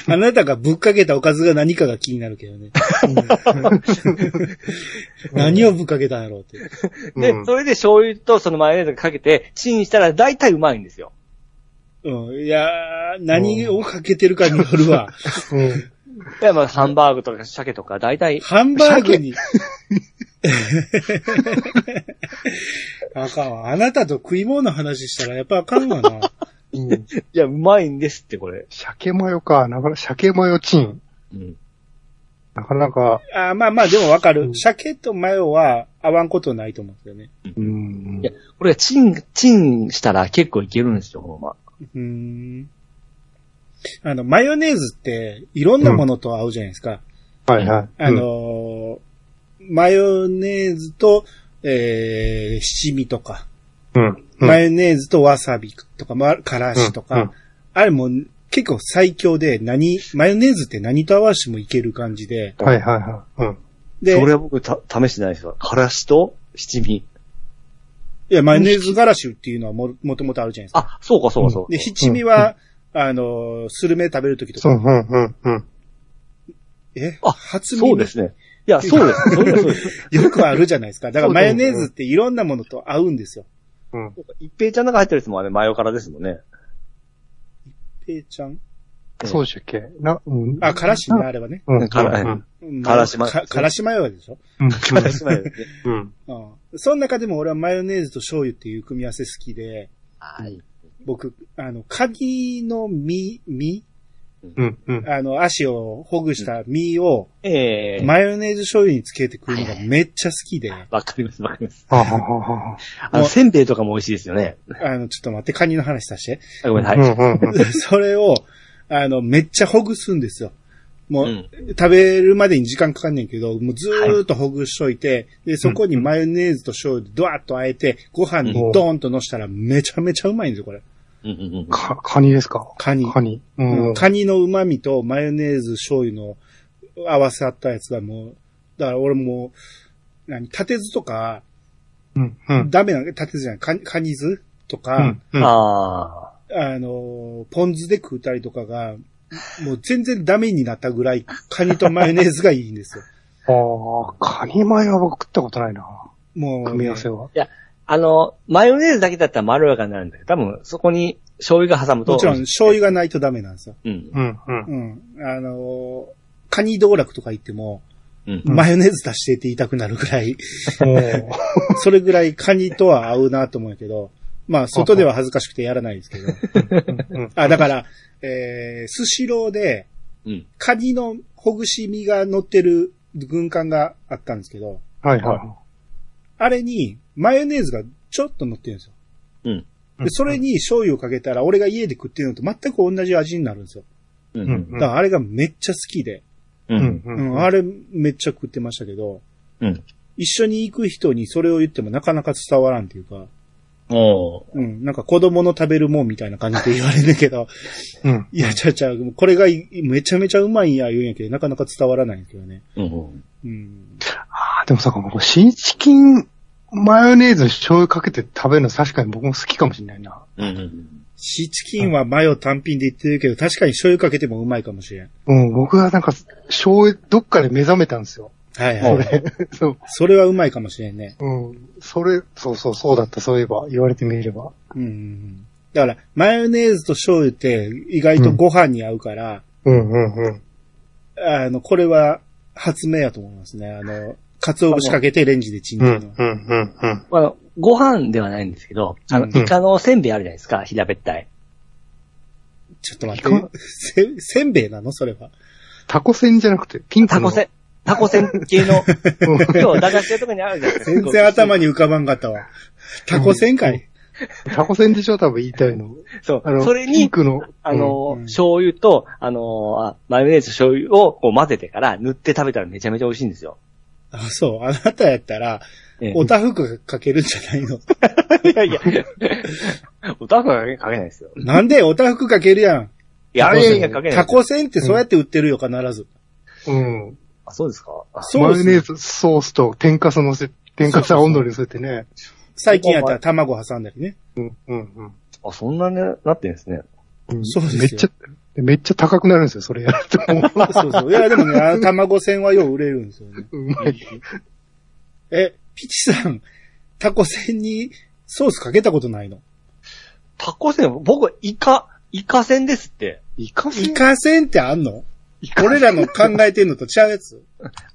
S1: あなたがぶっかけたおかずが何かが気になるけどね。 何をぶっかけたんやろうって。
S3: で、
S6: うん
S3: それで醤油とそのマヨネーズかけて、チンしたら大体うまいんですよ。
S1: うん。いやー、何をかけてるかによるわ。
S3: いや、まあ、ハンバーグとか鮭とか、大体、
S1: ハンバーグに。あかんわ。あなたと食い物の話したらやっぱあかんわな。
S4: うん
S3: いや、うまいんですって、これ。
S4: 鮭マヨか。なかなか、鮭マヨチン。
S3: うん。
S4: なかなか、
S1: あーまあまあ、でもわか
S4: う
S1: る。
S4: ん
S1: 鮭とマヨは合わんことないと思うんですよね。
S4: うん
S3: いやこれ、チン、チンしたら結構いけるんですよ、ほんま。
S1: うーん。あの、マヨネーズって、いろんなものと合うじゃないですか。
S4: はいはい。
S1: あのーマヨネーズと、えー、七味とか、
S6: うん。うん
S1: マヨネーズとわさびとか、ま、からしとか、
S6: うんうん
S1: あれもう結構最強で、何、マヨネーズって何と合わせてもいける感じで、
S6: はいはいはい。うん。
S1: で、
S3: それは僕、た、試してないですよ。からしと七味。
S1: いや、マヨネーズがらしっていうのはも、もともとあるじゃないですか。
S3: あ、そうか、そうか、そうか。
S1: で、七味は、あのースルメ食べるときと
S6: そう、う
S1: か、
S6: ん、うん、うん。
S1: え
S3: あ
S1: 初
S3: そう
S1: 耳
S3: ですね。いや、 そうです。そうですそうです。
S1: よくあるじゃないですか。だからマヨネーズっていろんなものと合うんですよ。
S3: 一平ちゃんなんか入ってるやつもあれ、マヨからですもんね。
S1: ペイちゃん
S4: そうでしたっけな、うん。
S1: あ、からしね、あれはね。
S6: うん。
S3: から
S6: うん。
S1: うん
S3: からしマヨ
S1: かからしマヨでしょ
S6: うん。
S3: からしマヨね。
S6: うん。
S1: うん。その中でも俺はマヨネーズと醤油っていう組み合わせ好きで、
S3: はい。
S1: 僕、あの、カニの身、身
S6: うん、うん。
S1: あの、足をほぐした身を、
S3: ええ
S1: マヨネーズ醤油につけて食うのがめっちゃ好きで、あ
S3: わかります、わかります。
S6: はははは。
S3: あの、せんべいとかも美味しいですよね。
S1: の、ちょっと待って、カニの話させ
S3: あごめんなさ
S6: うん、
S3: い。
S6: うん、うん。
S1: て。それを、あの、めっちゃほぐすんですよ。もう、
S3: うん
S1: 食べるまでに時間かかんねんけど、もうずーっとほぐしといて、で、そこにマヨネーズと醤油でドワッとあえて、ご飯にドーンと乗したらめちゃめちゃうまいんですよ、これ。
S3: うんうんうん
S6: か、カニですか
S1: カニ。
S6: カニ。うん。
S1: カニの旨味とマヨネーズ醤油の合わさったやつがもう、だから俺もう、何、縦図とか、
S6: うん、うん。
S1: ダメなの縦図じゃない、カニカニ図と
S6: う
S1: か
S6: ん、、うん。
S3: ああ。
S1: あのー、ポン酢で食うたりとかが、もう全然ダメになったぐらい、カニとマヨネーズがいいんですよ。
S4: ああ、カニマヨは僕食ったことないな。
S1: もうね、
S4: 組み合わせは。
S3: あの、マヨネーズだけだったらまろやかになるんだけど、多分そこに醤油が挟むと。
S1: もちろん醤油がないとダメなんですよ。
S3: うん。
S6: うん、うん。
S1: うん。あのー、カニ道楽とか行っても、
S3: うん
S1: マヨネーズ足してって言いたくなるぐらい、
S4: おー
S1: それぐらいカニとは合うなと思うんやけど、まあ、外では恥ずかしくてやらないですけ ど。
S6: うん
S1: あ、だから、えー、スシローで
S3: うん、
S1: カニのほぐし身が乗ってる軍艦があったんですけど、
S6: はい、は
S1: あれに、マヨネーズがちょっと乗ってるんですよ。
S3: うん
S1: で、それに醤油をかけたら、俺が家で食ってるのと全く同じ味になるんですよ。
S3: う
S6: い。
S3: ん
S6: う
S3: うん
S1: だ
S6: ん、
S1: からあれがめっちゃ好きで、
S3: う。
S6: うんん、
S1: う、
S6: うんん。
S1: あれめっちゃ食ってましたけど、
S3: うん
S1: 一緒に行く人にそれを言ってもなかなか伝わらんっていうか、
S3: おー
S1: うん、なんか子供の食べるもんみたいな感じで言われるけど、
S6: うん。
S1: いや、ちゃうちゃう、これがいめちゃめちゃうまいんや言うんやけど、なかなか伝わらないんですけどね。
S3: うん
S1: うん。
S4: あーでもさ、この新チキンマヨネーズ醤油かけて食べるの確かに僕も好きかもしれないな。
S3: うんうん。
S1: シーチキンはマヨ単品で言ってるけど、確かに醤油かけてもうまいかもしれん。
S4: うん、僕はなんか、醤油、どっかで目覚めたんですよ。
S1: はい
S4: そ
S1: はい。
S4: れ。 そう。
S1: それはうまいかもしれんね。
S4: うん。それ、そうそう、そうだった、そういえば。言われてみれば。
S1: うん。だから、マヨネーズと醤油って意外とご飯に合うから、
S6: うん、うん、うん。
S1: あの、これは発明やと思いますね。あの、鰹節かけてレンジでチンっ
S6: う
S1: て
S6: ん、う
S1: いうんのは、
S6: うん、うん。
S3: あの、ご飯ではないんですけど、あの、
S1: うん
S3: イカのせんべいあるじゃないですか、平べったい。
S1: ちょっと待って。せ、せんべいなのそれは。
S4: タコせんじゃなくて、ピンク
S3: タ
S4: の。
S3: コせん、タコせん系の、
S4: うん。
S3: 今日駄菓子屋とかにあるじゃないですか。
S1: 全然頭に浮かばんかったわ。タコせんかい
S4: タコせんでしょ多分言いたいの。
S3: そ
S4: あ
S3: う。
S4: の、
S3: それ
S4: ピ
S3: に
S4: ン、クの。
S3: あの、
S1: うん
S3: 醤油と、あのあマヨネーズ醤油をこう混ぜてから塗って食べたらめちゃめちゃ美味しいんですよ。
S1: あ、そう。あなたやったら、
S3: ええ
S1: おたふくかけるんじゃないの
S3: いやいや。おたふはかけないですよ。
S1: なんでおたふくかけるやん。
S3: いや、
S4: あれ
S3: いやいやかけないですよ。
S1: タコせんってそうやって売ってるよ、必ず。
S4: うん。うん。
S3: あそうですかあ
S1: そ
S4: マ
S1: う
S4: ヨネー
S1: です。
S4: ズソースと天かす乗せ、天かすは温度に乗せてね。
S1: 最近やったら卵挟んだりね。
S6: うん、うん。
S3: あ、そんなになってるんですね。
S4: うん
S1: そうですよ
S4: めっちゃ、めっちゃ高くなるんですよ、それやると。
S1: そうそう。いや、でもね、あの卵せんはよう売れるんですよね。
S4: うまい。
S1: え、ピチさん、タコせんにソースかけたことないの
S3: タコせん、僕はイカ、イカせんですって。
S4: イカせん
S1: イカせんってあんの俺らの考えてんのと違うやつ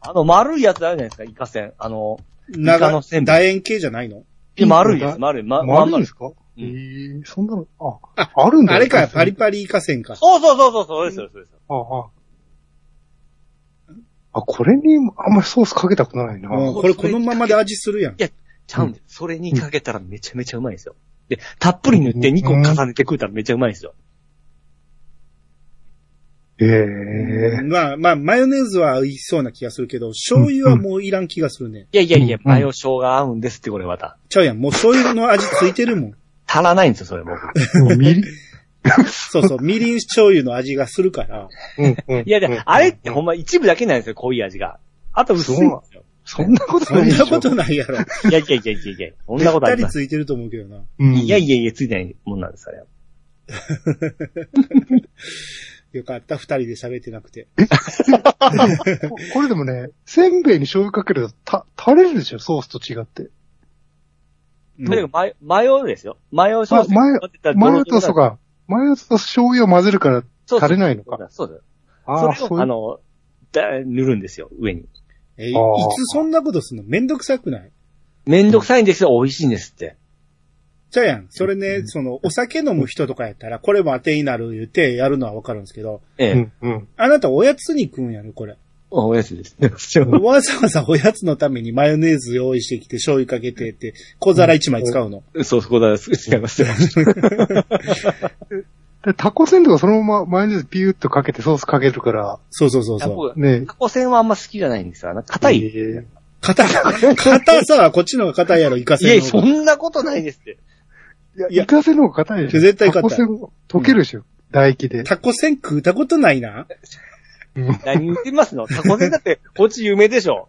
S3: あの、丸いやつあるじゃないですか、イカせん。あの、
S1: 長
S3: イカのせんべい
S1: 楕円形じゃないの
S3: いや丸いで
S4: う
S3: す、
S4: ん
S3: 丸い。ま、
S4: 丸
S3: まん
S4: いん
S3: 丸
S4: で
S3: い。
S4: すか
S3: うん
S4: ええ、そんなの、あ、
S1: あ
S4: あるんだ
S1: あれか、パリ
S4: あ
S1: パリイカせんか。
S3: そうそうそうそう、そうです、そうですそうです。
S4: あ。あ、これにあんまりソースかけたことないな。
S1: うん、これこのままで味するやん。
S3: ちゃうんです。それにかけたらめちゃめちゃうまいんですよ。で、たっぷり塗って2個重ねて食うたらめちゃうまいんですよ。
S4: ええ
S1: まあまあ、マヨネーズは合いそうな気がするけど、醤油はもういらん気がするね。
S3: いやいやいや、
S4: うん
S3: マヨ生姜合うんですって、これまた。
S1: ちゃうやん。もう醤油の味ついてるもん。
S3: 足らないんですよ、それ僕。
S4: でもみり、
S1: そう そう、みりん醤油の味がするから。
S6: うん、うん。
S3: いやいや、あれってほんま一部だけなんですよ、濃い味が。あと薄いんですよ。
S4: そんなこと
S1: そ
S4: ない
S1: ん
S4: でし
S1: な
S4: ょ。
S1: ことないやろ。
S3: いやいやいやいやいや、そんなことあり
S1: ぴったり
S3: ます。
S1: ついてると思うけどな。
S4: うん
S3: いやいやいや、ついてないもんなんです、あれ。
S1: よかった、二人で喋ってなくて。
S4: ここれでもね、せんべいに醤油かけると、た、垂れるでしょ、ソースと違って。
S3: とにかくマヨ、マヨですよ。マヨソー
S4: あ
S3: ス、
S4: マヨ
S3: 混ぜたらド
S4: マ
S3: ロ
S4: ヨ
S3: ドロ
S4: と、
S3: にな
S4: そう
S3: る
S4: か、マヨと醤油を混ぜるから
S3: そうそう
S4: 垂れないのか。
S3: そうです。
S4: ああ、
S3: そ
S4: そうい
S3: れを、あ
S4: う。
S3: の、だ塗るんですよ、上に。
S1: えい
S4: あー
S1: つそんなことすんのめんどくさくない
S3: めんどくさいんですよ、美味しいんですって。
S1: ちゃやん。それね、その、お酒飲む人とかやったら、これも当てになる言うてやるのはわかるんですけど、
S3: ええ。
S8: うんうん。
S1: あなたおやつに食うんやろ、これ。
S3: おおやつですね。
S1: わざわざおやつのためにマヨネーズ用意してきて、醤油かけてって、小皿一枚使うの。
S3: そう、そこだ、違いますよ。
S6: でタコせんとかそのままマヨネーズピューっとかけてソースかけるから、
S1: そうそうそうそう。
S3: 僕
S6: ね。
S3: タコせんはあんま好きじゃないんですよ。あの硬い。い
S6: え
S1: 硬い、硬さはこっちの方が硬いやろ、イ カせ
S3: や、
S1: んの
S3: そ
S1: 方が。
S3: んなことないですって。
S6: ー
S1: い
S6: い
S1: や
S6: や、イカせんの方が硬いでしょ。
S1: 絶対硬い
S6: タコせん溶けるでしょ。唾液で。
S1: タコせん食うたことないな。
S3: 何言ってますのタコせんだ って、こっち有名でしょ。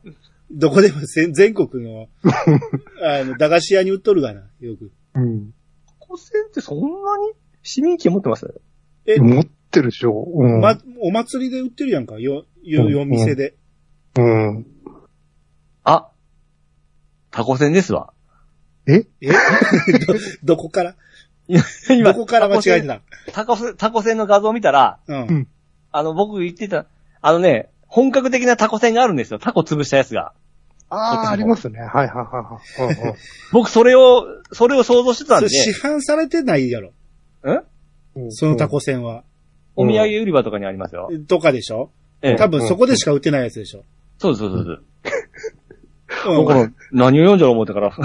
S1: どこでもせん全国の、あの、駄菓子屋に売っとるがな、よく。
S6: うん。
S3: タコせんってそんなに市民権持ってます
S1: え
S6: 持ってるでしょ。うん。
S1: ま、お祭りで売ってるやんか、よ、よ、
S6: うん
S1: よ、店で。
S8: うん。
S3: あ、タコせんですわ。
S1: えど、どこからど
S3: 今、
S1: こから間違えてた
S3: タコせん、タコせんの画像見たら、
S1: うん
S6: うん。
S3: あの、僕言ってた、あのね、本格的なタコせんがあるんですよ。タコ潰したやつが。
S6: ああ、ありますね。はいはいは
S3: 僕それを、それを想像してたん
S1: そ
S3: で
S1: れ、市販されてないやろ。
S6: いはい。
S1: そのタコせんは。
S3: お土産売り場とかにありますよ。
S1: とかでしょ
S3: ええ
S1: 多分そこでしか売ってないやつでしょ。
S3: そうそうそうそ
S1: う
S3: う。
S1: ん
S3: 僕も何を読んじゃろう思ってから。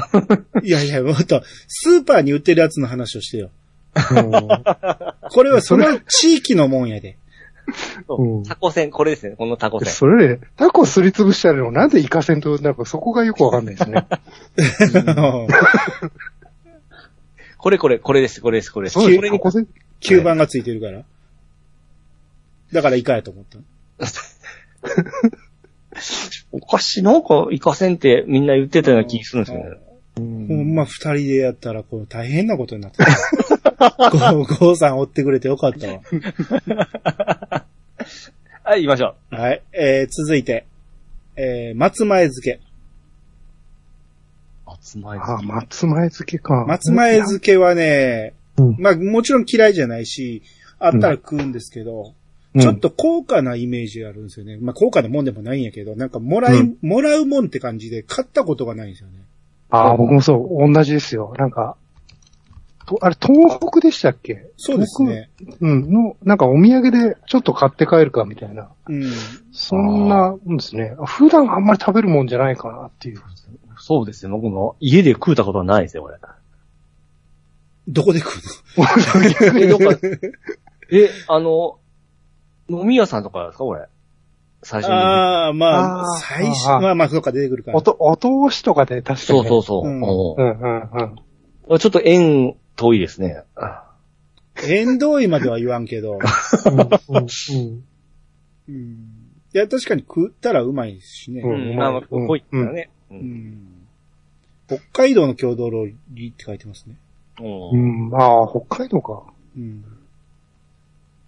S1: いやいや、もっと、スーパーに売ってるやつの話をしてよ。これはその地域のもんやで。
S6: うん
S3: タコ船、これですね、このタコ船。
S6: それで、タコすりつぶしてあるの、なんでイカせんと、なんかそこがよくわかんないですね。
S3: これこれ、これです、これです、これです。
S6: そう
S3: こ
S6: です
S3: れ
S6: タ
S3: に、
S6: コせん。
S1: 吸盤がついてるから。だからイカやと思った。
S3: おかしい、なんかイカ船ってみんな言ってたような気するんですけどね。
S1: ほんま二人でやったら、こう、大変なことになってた。 ゴーゴーさん追ってくれてよかったわ。
S3: はい、行きましょう。
S1: はい。えー、続いて。えー、松前漬け。
S3: 松前
S6: ああ、松前漬けか。
S1: 松前漬けはね、
S6: うん
S1: まあもちろん嫌いじゃないし、あったら食うんですけど、
S6: うん
S1: ちょっと高価なイメージがあるんですよね。まあ高価なもんでもないんやけど、なんかもらい、
S6: うん
S1: もらうもんって感じで買ったことがないんですよね。
S6: ああ、僕もそう、同じですよ。なんか、とあれ、東北でしたっけ
S1: そうですね。
S6: うん、の、なんかお土産でちょっと買って帰るかみたいな。
S1: うん。
S6: そんな、うんですね。普段あんまり食べるもんじゃないかなっていう。
S3: そうですよ、僕も家で食うたことはないですよ、これ。
S1: どこで食うの
S3: え、どっか、え、あの、飲み屋さんとかですか、これ。最初に。
S1: ああ、まあ
S6: あ、ー
S1: 最初、
S6: あー
S1: まあまあ、そうか出てくるから
S6: お。と、お通しとかで確かに
S3: そう
S6: ね、
S3: そうそう。
S1: うん
S3: おう
S6: うんうんうん。
S3: ちょっと縁遠いですね。
S1: 縁遠いまでは言わんけ ど。
S6: うんうん
S1: うん。いや、確かに食ったらうまいしね。
S8: う
S3: うんん、まあまあ、
S6: うん
S3: 濃いからね。う
S1: うんん。北海道の郷土料理って書いてますね。
S3: おう
S6: うん。うん、ああ、北海道か。
S1: うん。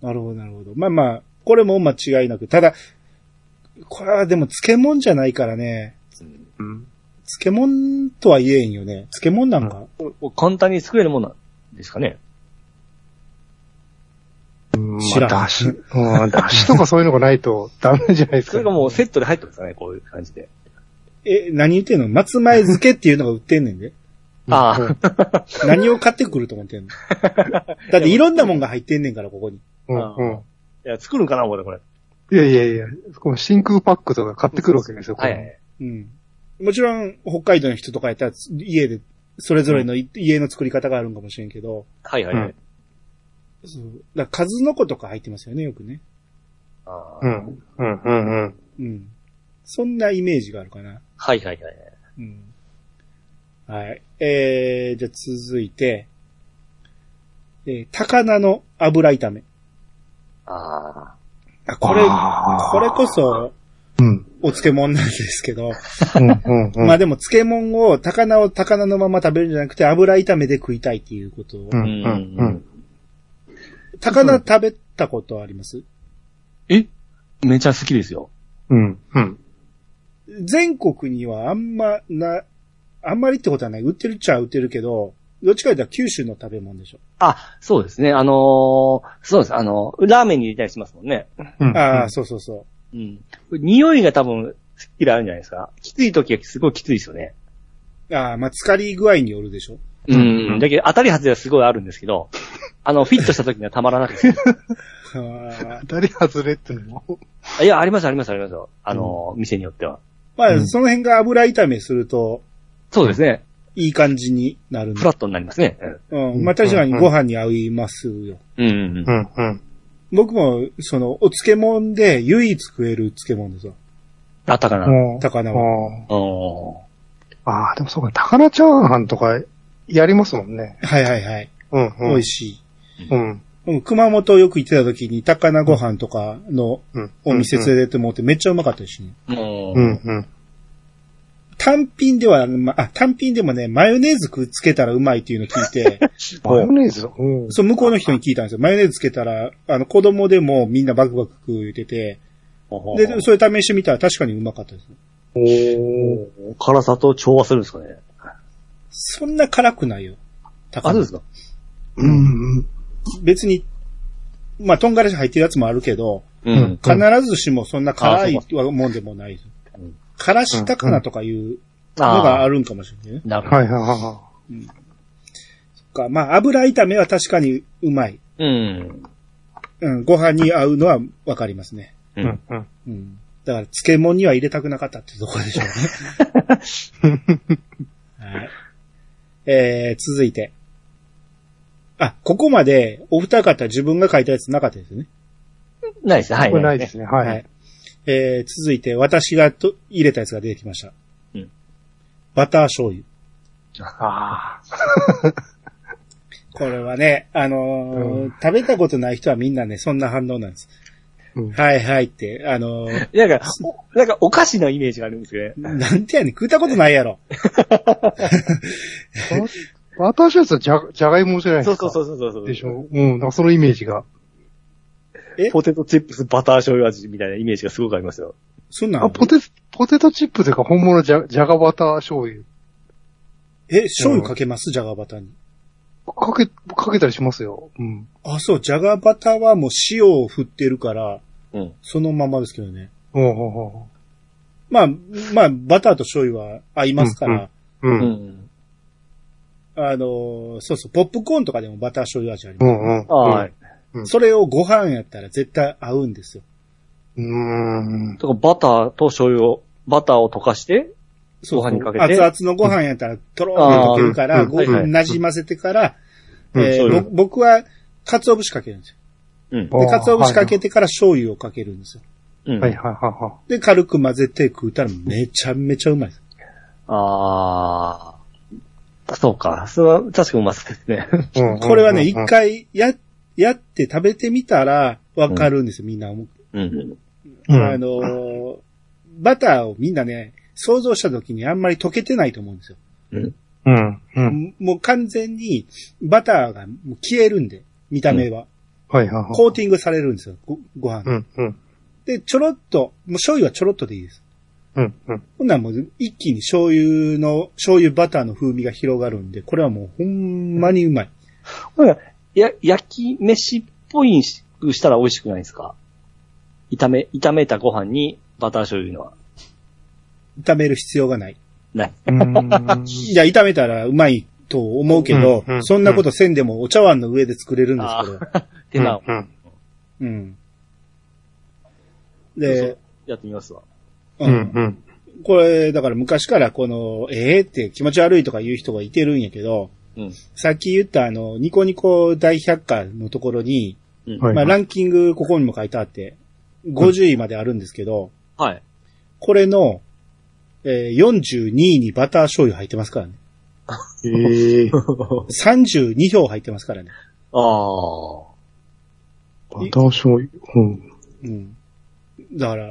S1: なるほど、なるほど。まあまあ、これも間違いなく。ただ、これはでも漬物じゃないからね。
S6: うん。
S1: 漬物とは言えんよね。漬物なんか。
S3: これ簡単に作れるもんなんですかね。
S6: うん
S1: 知らん
S6: まあ、だし、うん、だしとかそういうのがないとダメじゃないです
S3: そ
S6: か、
S3: れがもうセットで入ってますかね、こういう感じで。
S1: え、何言ってんの松前漬けっていうのが売ってんねんで。
S3: あ
S1: 何を買ってくると思ってんのだっていろんなもんが入ってんねんから、ここに。
S8: うんうん。
S3: あ、いや、作るんかな、俺、これ。
S6: いやいやいや、この真空パックとか買ってくるわけですよ、こ
S3: は
S6: れ
S3: い。
S1: うん。もちろん、北海道の人とかやったら、家で、それぞれのい家の作り方があるんかもしれんけど、
S3: はいはいは
S8: う
S3: い。
S1: そう。だから数の子とか入ってますよね、よくね。
S3: あ
S8: う
S3: ー
S8: ん。うん。うん。うん。
S1: うん。そんなイメージがあるかな。
S3: はいはいはい。
S1: うんはい。えー、じゃあ続いて、えー、高菜の油炒め。
S3: あ
S1: あ、これ、
S6: あー
S1: これこそ、
S6: うん。
S1: お漬物なんですけど、
S8: うん。うん。
S1: まあでも漬物を、高菜を高菜のまま食べるんじゃなくて油炒めで食いたいっていうことを。
S3: あ。
S8: う
S3: うん
S8: う
S3: ん。うんん。
S1: 高菜食べたことあります
S3: めっちゃ好きですよ。
S8: うん。うん。
S1: 全国にはあんまな、あんまりってことはない。売ってるっちゃ売ってるけど、どっちかというと九州の食べ物でしょ。
S3: あ、そうですね。あのー、そうです。あのー、ラーメンに入れたりしますもんね。
S8: うん。
S1: ああ、そうそうそう。
S3: うん。これ匂いが多分、すっきりあるんじゃないですか。きつい時はすごいきついですよね。
S1: ああ、まあ、疲れ具合によるでしょ。
S3: う。
S6: うんん
S3: だけど、当たり外れはすごいあるんですけど、あの、フィットした時にはたまらな くて。
S1: あー
S4: 当たり外れってのも。
S3: いや、ありますありますありますよ。あの、店によっては。
S1: まあ、
S6: うん
S1: その辺が油炒めすると、
S3: そうですね。
S1: いい感じになるん
S3: フ
S1: で
S3: ラットになりますね。
S1: うん。まあ、確かにご飯に合いますよ。
S3: うん。うんうん
S6: う。んうん。
S1: 僕も、その、お漬物で唯一食える漬物ですわ。
S3: だったかな。うん。
S6: うん。
S1: 高菜は。
S6: あ
S3: お
S6: あ。ああ、でもそうか、高菜チャーハンとか、やりますもんね。
S1: はいはいはい。
S6: うんうん。
S1: 美味しい。
S6: うん。
S1: うん、熊本よく行ってた時に高菜ご飯とかの
S6: うん。
S1: お店連れてってもらってめっちゃうまかったですね。
S6: う
S3: ー
S6: んうん。
S1: 単品では、まあ、単品でもね、マヨネーズくっつけたらうまいっていうの聞い て、
S6: マヨネーズうん。
S1: そう、向こうの人に聞いたんですよ。マヨネーズつけたら、あの、子供でもみんなバクバク食う言ってて、で、それ試してみたら確かにうまかったです。
S3: おー辛さと調和するんですかね。
S1: そんな辛くないよ。
S3: あ、
S1: 高菜
S3: そうですか。
S6: うんうん。
S1: 別に、まあ、トンガラシ入ってるやつもあるけど、
S3: うん
S1: 必ずしもそんな辛いもんでもないです
S3: うん。
S1: 辛子高菜とかいうのが
S3: あ
S1: あ
S3: あ。
S1: るんかもしれないね。
S3: なるほ
S6: は
S3: ど。
S6: いはいはいは
S1: かまあ、油炒めは確かにうまい。
S3: うん。
S1: うん、ご飯に合うのはわかりますね。
S6: い。うんうん。
S1: うん。だから、漬物には入れたくなかったってところでしょうね。 はい。えー、続いて。あ、ここまで、お二方自分が書いたやつなかったですね。
S3: ないですね。はい。
S4: これないですね。は
S1: はいい。。えー、続いて、私がと入れたやつが出てきました。
S3: うん。
S1: バター醤油。
S4: ああ。
S1: これはね、あのー食べたことない人はみんなね、そんな反応なんです。
S6: うん
S1: はいはいって、あのー
S3: なんか、おなんかお菓子のイメージがあるんですよね。
S1: なんてやねん、食ったことないやろ。
S4: 私はじゃ、じゃがいもじゃないで
S3: そう
S4: す
S3: そ
S4: か。
S3: うそうそうそう。
S4: でしょうん。だからそのイメージが。
S1: え
S3: ポテトチップスバター醤油味みたいなイメージがすごくありますよ。
S1: そんなん
S4: あ、ポテ、ポテトチップというか本物じゃ、じゃがバター醤油。
S1: え、醤油かけますジャガーバターに。
S4: かけ、かけたりしますよ。うん。
S1: あ、そう、ジャガーバターはもう塩を振ってるから、
S3: うん
S1: そのままですけどね。
S4: うんうんうんうん。
S1: まあ、まあ、バターと醤油は合いますから、
S6: う。
S3: うんん。
S1: あのーそうそう、ポップコーンとかでもバター醤油味あり
S6: う
S1: ます。
S6: んうん。
S3: はい。
S6: うん
S1: それをご飯やったら絶対合うんですよ。
S6: うん。
S3: とか、バターと醤油を、バターを溶かして、
S1: そうそう
S3: ご飯にかけて
S1: 熱々のご飯やったら、とろーっとかけるから、
S6: あー
S1: ご
S3: うんはいはい
S1: 馴染ませてから、
S6: うん
S1: えー
S3: そうよ
S1: ぼ僕は、鰹節かけるんです
S3: うん。
S1: よ。で、鰹節かけ
S4: て。
S1: てから醤油をかけるんですよ。
S3: うん。
S4: はいはいはいは
S1: で、軽く混ぜて食うたらめちゃめちゃうまいです。
S3: ああ。そうか。それは確かうまそうですね。
S6: うん
S1: これはね、一。回や、やって食べてみたらわかるんですよ、みんな。
S3: うん。
S6: うん
S1: あのーバターをみんなね、想像した時にあんまり溶けてないと思うんですよ。
S6: うん。うん。
S1: もう完全にバターがもう消えるんで、見た目は。
S6: はいはいはい。
S1: コーティングされるんですよ、ごご飯。
S6: うんうん。
S1: で、ちょろっと、もう醤油はちょろっとでいいです。
S6: うんうん。
S1: ほんならもう一気に醤油の、醤油バターの風味が広がるんで、これはもうほんまにうまい。
S3: これや、焼き飯っぽいししたら美味しくないですか炒め、炒めたご飯にバター醤油のは。
S1: 炒める必要がない。
S3: ない。
S1: いや、炒めたらうまいと思うけど、
S6: うんうん
S1: そんなことせんでもお茶碗の上で作れるんですけど。
S3: で、まあ、
S6: うん
S1: うん。
S3: そうそ
S1: で
S3: う、やってみますわ。
S6: う
S1: うんん。
S6: うん。
S1: これ、だから昔からこの、ええって気持ち悪いとか言う人がいてるんやけど、
S3: うん
S1: さっき言ったあの、ニコニコ大百科のところに、
S3: うん
S6: はい
S1: まあランキングここにも書いてあって、50位まであるんですけど、
S3: はい。
S1: これの、えー42位にバター醤油入ってますからね。
S6: ええ。
S1: 32票入ってますからね。
S3: ああ。
S6: バター醤油。うん。
S1: うん。だから、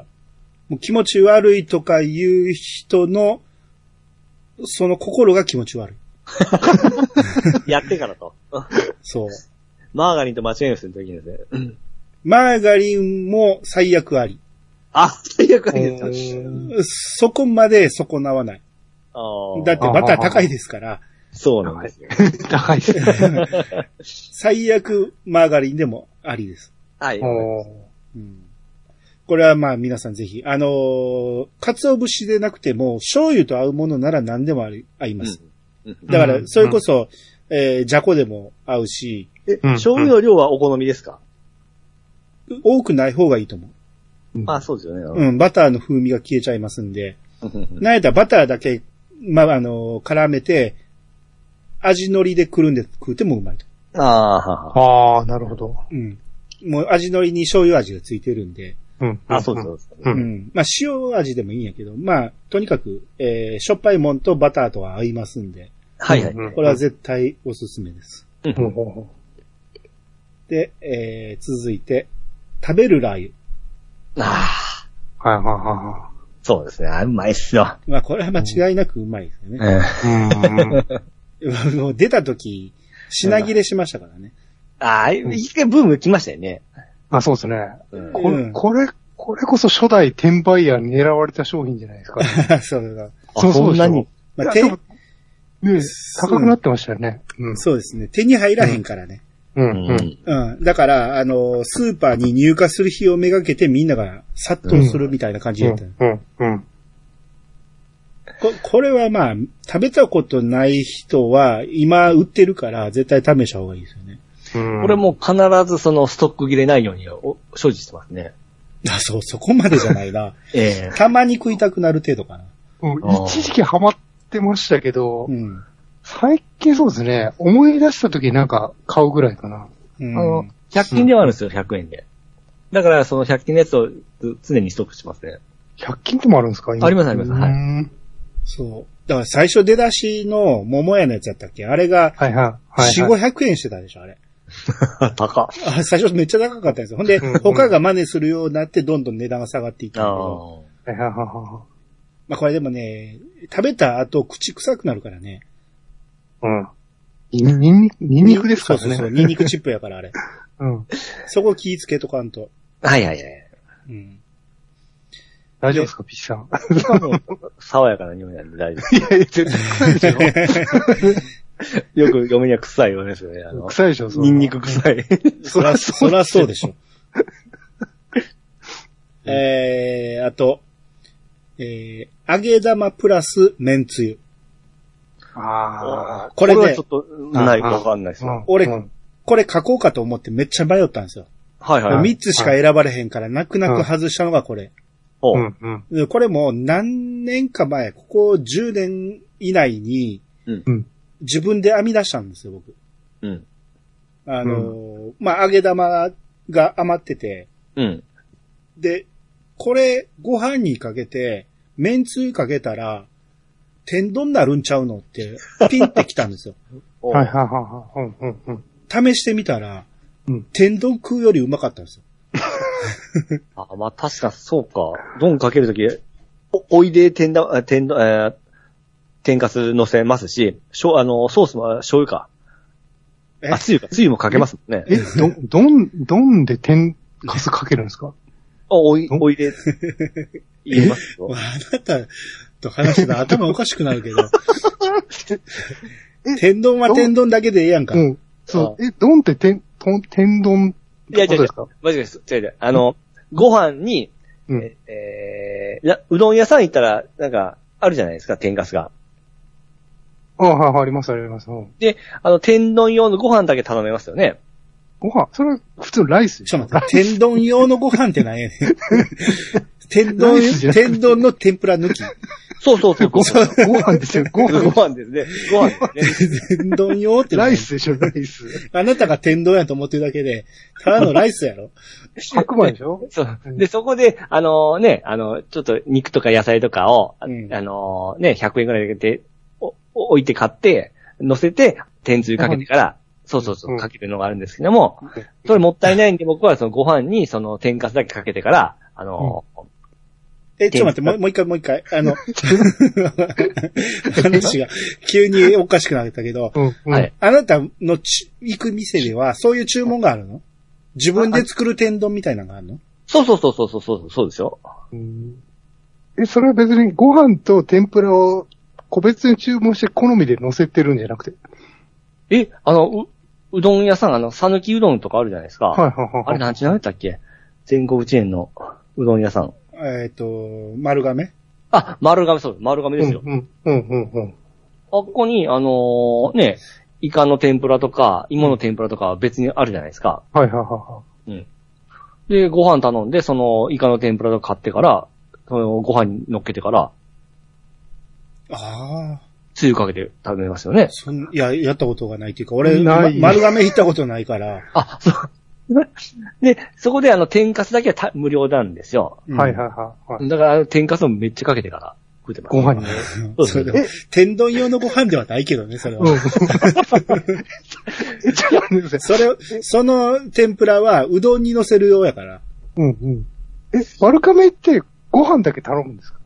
S1: もう気持ち悪いとか言う人の、その心が気持ち悪い。
S3: やってからと。
S1: そう。
S3: マーガリンと間違いをするときにですね。
S1: マーガリンも最悪あり。
S3: あ、最悪ですよ。
S4: い。
S1: そこまで損なわない。
S3: あー
S1: だってバター高いですから、
S3: そうなんですよ。
S4: 高いです ね。
S1: 最悪マーガリンでもありです。
S3: はい。
S4: おー
S1: うんこれはまあ皆さんぜひ、あのー、鰹節でなくても、醤油と合うものなら何でもあり、合います。
S3: う
S1: だから、それこそ、えー、じゃこでも合うし、
S3: え、
S6: うん
S3: 醤油の量はお好みですか、
S1: 多くない方がいいと思う。
S3: まあそうですよね。う
S1: うん、バターの風味が消えちゃいますんで。なんやったらバターだけ、まあ、あの、絡めて、味のりでくるんで食うてもうまいと。
S3: ん、ああ、はは。
S6: ああ、なるほど。
S1: うん。もう味のりに醤油味がついてるんで。
S6: うん。
S3: あ、そうですそうです。
S6: う
S1: うんん。まあ、塩味でもいいんやけど、まあ、とにかく、えー、しょっぱいもんとバターとは合いますんで、
S3: はいはい。
S1: これは絶対おすすめです。
S6: ほうほうほ
S1: で、えー、続いて、食べるラー油。
S3: ああ、
S6: うはいはいは
S3: そうですね。あうまいっすよ。
S1: まあ、これは間違いなくうまいですよね。
S3: うん。
S6: いはい。うん。
S1: もう出た時、品切れしましたからね。
S3: ああ、一回ブーム来ましたよね。
S6: あ、そうですね。
S3: うん
S6: こ
S1: うん
S6: れ、これ、これこそ初代転売ヤーに狙われた商品じゃないですか。
S1: そうだ。
S3: あ
S6: そうそうでし
S3: んな
S6: ょ
S3: に。
S1: まあ、
S6: い
S1: 手
S6: やで、もね高くなってましたよね。うん。
S1: そうですね。手に入らへんからね。
S6: うん。
S3: う
S6: うん。
S3: ん。
S1: うん。だから、あの、スーパーに入荷する日をめがけてみんなが殺到するみたいな感じだった、
S6: うん。うん。
S1: こ。これはまあ、食べたことない人は、今売ってるから、絶対試した方がいいですよね。
S6: うん。
S3: これもう必ずそのストック切れないようにお所持してますね。
S1: あ、そう、そこまでじゃない な。
S3: ええ
S1: たまに食いたくなる程度かな。
S6: うん一時期ハマってましたけど
S1: う、ん。
S6: 最近そうですね、思い出した時なんか買うぐらいかな。
S1: う
S3: あの
S1: ん。、
S3: 100均ではあるんですよ、100円で。だから、その100均のやつをず常にストックしてますね。
S6: 100均でもあるんですか今
S3: ありますありますはい
S6: うん
S1: そう。だから最初出だしの桃屋のやつやったっけあれが、
S6: はいはい。はい
S1: 4、
S6: はい。
S1: 500円してたでしょ、あれ。
S3: 高
S1: あ最初めっちゃ高かったんですよ。ほんで
S6: うんうん、
S1: 他が真似するようになって、どんどん値段が下がっていったんだけど。
S3: あ
S6: はいはいは
S1: まあこれでもね、食べた後口臭くなるからね。
S6: いはい。うん。ニンニク、ニンニクですから
S1: そうそうそう、
S6: ね。
S1: ニンニクチップやからあ れ。
S6: うん。
S1: そこ気ぃつけとかんと。
S3: あ。はいはいはい。
S1: うん。
S6: 大丈夫ですか、ピッチさん。
S3: 爽やかな 匂いなんで大丈
S6: いやいや、絶対臭いでしょ。
S3: 夫。よく嫁には臭い言われますよね。あの、
S6: 臭いでしょ、そんな
S3: ニンニ。ク臭い。
S1: そら、そらそうでしょ。えー、あと、えー、揚げ玉プラス麺つゆ。
S6: ああ。
S1: これ
S3: は
S1: ね
S3: ちょっ、と、ないかわかんないです
S6: うん
S3: よ。
S1: 俺
S6: うん
S1: これ書こうかと思ってめっちゃ迷ったんですよ。
S3: はいはいはい。
S1: 3つしか選ばれへんから、泣く泣く外したのがこれ。
S3: お
S6: う
S3: うん
S6: ん、うん。
S1: でこれも何年か前、ここ10年以内に
S3: うん
S6: うん、
S1: 自分で編み出したんですよ、僕。
S3: うん。
S1: あのーまあ、揚げ玉が余ってて、
S3: うん。
S1: で、これ、ご飯にかけて、麺つゆかけたら、天丼になるんちゃうのって、ピンってきたん ですよ。
S3: お
S6: はいはいはいはい。うん、うん、うん。
S1: 試してみたら、
S6: うん
S1: 天丼食うよりうまかったんですよ。
S3: あ、まあ確かそうか。ドンかけるとき、お、おいで天だ、天だ、えー、天かす乗せますし、しょ、あの、ソースもあ醤油か。
S1: え
S3: あ、つゆか、つゆもかけますもんね。
S6: え、ど、どん、どんで天かすかけるんですか
S3: あおい、
S6: ん
S3: おいで、言いますよ。
S1: あなたと話してたら頭おかしくなるけ ど。天丼は天丼だけでええやんか。
S6: うん。そう。え、どんって天、とん天丼
S3: いや、
S6: っ
S3: 違う違
S6: てこと
S3: う
S6: ですか。
S3: マジです。違う違う。あの、ご飯に、
S6: うん
S3: ええーいや、うどん屋さん行ったら、なんか、あるじゃないですか、天かすが。
S6: ああ、はいはい、ありますあります。うん
S3: で、あの、天丼用のご飯だけ頼めますよね。
S6: ご飯、それは普通のライスでし
S1: ちょ
S6: ょ
S1: っと待って、天丼用のご飯って何やね ん。天丼、天丼の天ぷら抜き。
S3: そうそうそう。
S6: ご飯、ご飯 ですよ、ご
S3: ご
S6: 飯。
S3: 飯ですね。ご飯ですね。
S1: 天丼用って
S6: ラ
S1: 何
S6: イスでしょ、ライ ス。
S1: あなたが天丼やと思ってるだけで、ただのライスやろ。
S6: 白米でしょ
S3: そう。で、そこで、あのね、あの、ちょっと肉とか野菜とかを、あ
S1: うん
S3: あのね、100円ぐらいで、おお置いて買って、乗せて、天つゆかけてから、そうそうそうう、
S6: ん
S3: かけるのがあるんですけども、それもったいないんで、僕はそのご飯にその天かすだけかけてから、あの
S1: え、ちょっと待って、もうもう一回もう一回。 あの、 話が急におかしくなったけど、
S6: うん、うん。
S3: はい
S1: あなたのち行く店ではそういう注文があるの自分で作る天丼みたいなのがあるの
S3: そうそうそうそうそうそう、そうですよ。
S6: うんえ、それは別にご飯と天ぷらを個別に注文して好みで乗せてるんじゃなくて。
S3: え、あの、う、うどん屋さん、あの、さぬきうどんとかあるじゃないですか。
S6: はいはいはい。
S3: あれ、なんちゅう名前だったっけ全国チェーンのうどん屋さん。
S1: えっ、と、丸亀
S3: あ、丸亀そうです。丸亀ですよ。
S6: うん、うん、うん、うん。うん
S3: あっこに、あのーね、イカの天ぷらとか、芋の天ぷらとかは別にあるじゃないですか。
S6: はいはいはいは
S3: で、ご飯頼んで、その、イカの天ぷらとか買ってから、そのご飯に乗っけてから、
S1: ああ。
S3: つゆかけて食べますよね。
S1: そん、いや、やったことがないっていうか、俺、
S6: な
S1: ま、
S6: い
S1: 丸亀行ったことないから。
S3: あ、そう。で、そこであの、天かすだけはた無料なんですよ。
S1: う
S6: い。
S1: ん
S6: はいはいはいはい。
S3: だから、あの天かすもめっちゃかけてから食ってます。
S6: ご飯に。
S3: そう
S1: そ
S3: そう
S1: れでも天丼用のご飯ではないけどね、それは。
S6: え、ちょっと待ってください。
S1: それを、その天ぷらは、うどんに乗せるようやから。
S6: うんうん。え、丸亀ってご飯だけ頼むんですか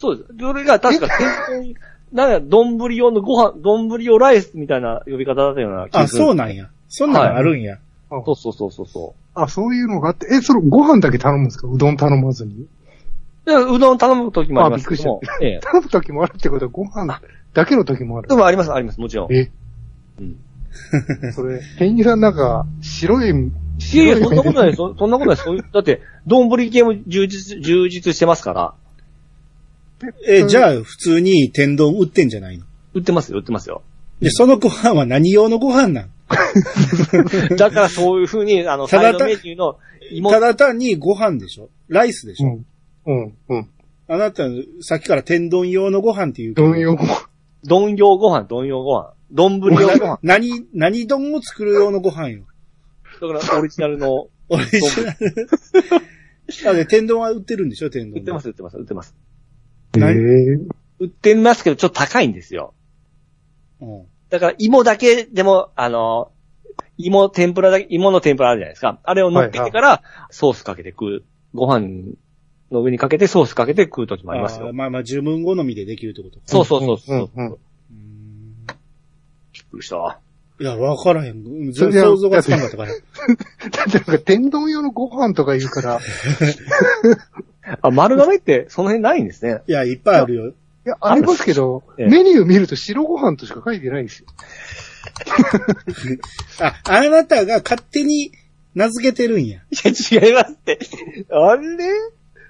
S3: そうです。それが確か、天なんか、丼用のご飯、丼用ライスみたいな呼び方だったような気が
S1: あ、
S3: する。
S1: そうなんや。そんなのあるんや。
S3: そうそうそうそうそう。
S6: あ、そういうのがあって、え、それご飯だけ頼むんですかうどん頼まずに。
S3: でうどん頼むときもありますけども
S6: あびっ。
S3: ええ。
S6: 頼む時もあるってことはご飯だけの時もある
S3: で。もあります、あります、もちろん。
S6: え
S3: うん
S6: それ、店員さんなんか、白い、
S3: いやいや、そんなことないです。そそんなことないですそういう。だって、丼系も充実、充実してますから。
S1: え、じゃあ、普通に天丼売ってんじゃないの
S3: 売ってますよ、売ってますよ。
S1: で、そのご飯は何用のご飯なん
S3: だからそういうふうに、あの、
S1: た
S3: サ
S1: だ
S3: イドメニューの芋、
S1: ただ単にご飯でしょライスでし
S6: う
S1: ょ、
S6: ん。うん、うん。
S1: あなた、さっきから天丼用のご飯っていうけど
S6: どんよご飯。
S3: 丼用ご飯、丼用ご飯、丼用ご飯。だか
S1: 何、何丼を作る用のご飯よ。
S3: らオリジナルの、
S1: オリジナル。あで、天丼は売ってるんでしょ天丼。。
S3: 売ってますす、売ってます、売ってます。
S6: え
S1: 何
S6: ー
S3: 売ってますけど、ちょっと高いんですよ。
S1: うん。
S3: だから芋だけでも、あの、芋天ぷらだけ、芋の天ぷらあるじゃないですか。あれを乗っけてから、ソースかけて食う。ご飯の上にかけて、ソースかけて食うときもあります
S1: あー
S3: よ。
S1: まあまあ、自分好みでできるってことか。
S3: そうそうそうそう。
S6: うんうん。
S1: うーん
S3: びっくりした。
S1: いや、わからへん。うん
S6: そ
S1: 全
S6: れじ
S1: 然
S6: ゃ
S1: 想像がつかんかった から。
S6: だってなんか天丼用のご飯とか言うから、い
S3: あ、丸亀ってその辺ないんですね。
S1: いや、いっぱいあるよ。
S6: や、ありますけど、
S3: ええ
S6: メニュー見ると白ご飯としか書いてないんですよ。
S1: あ、あなたが勝手に名付けてるんや。
S3: いや、違いますって。あれ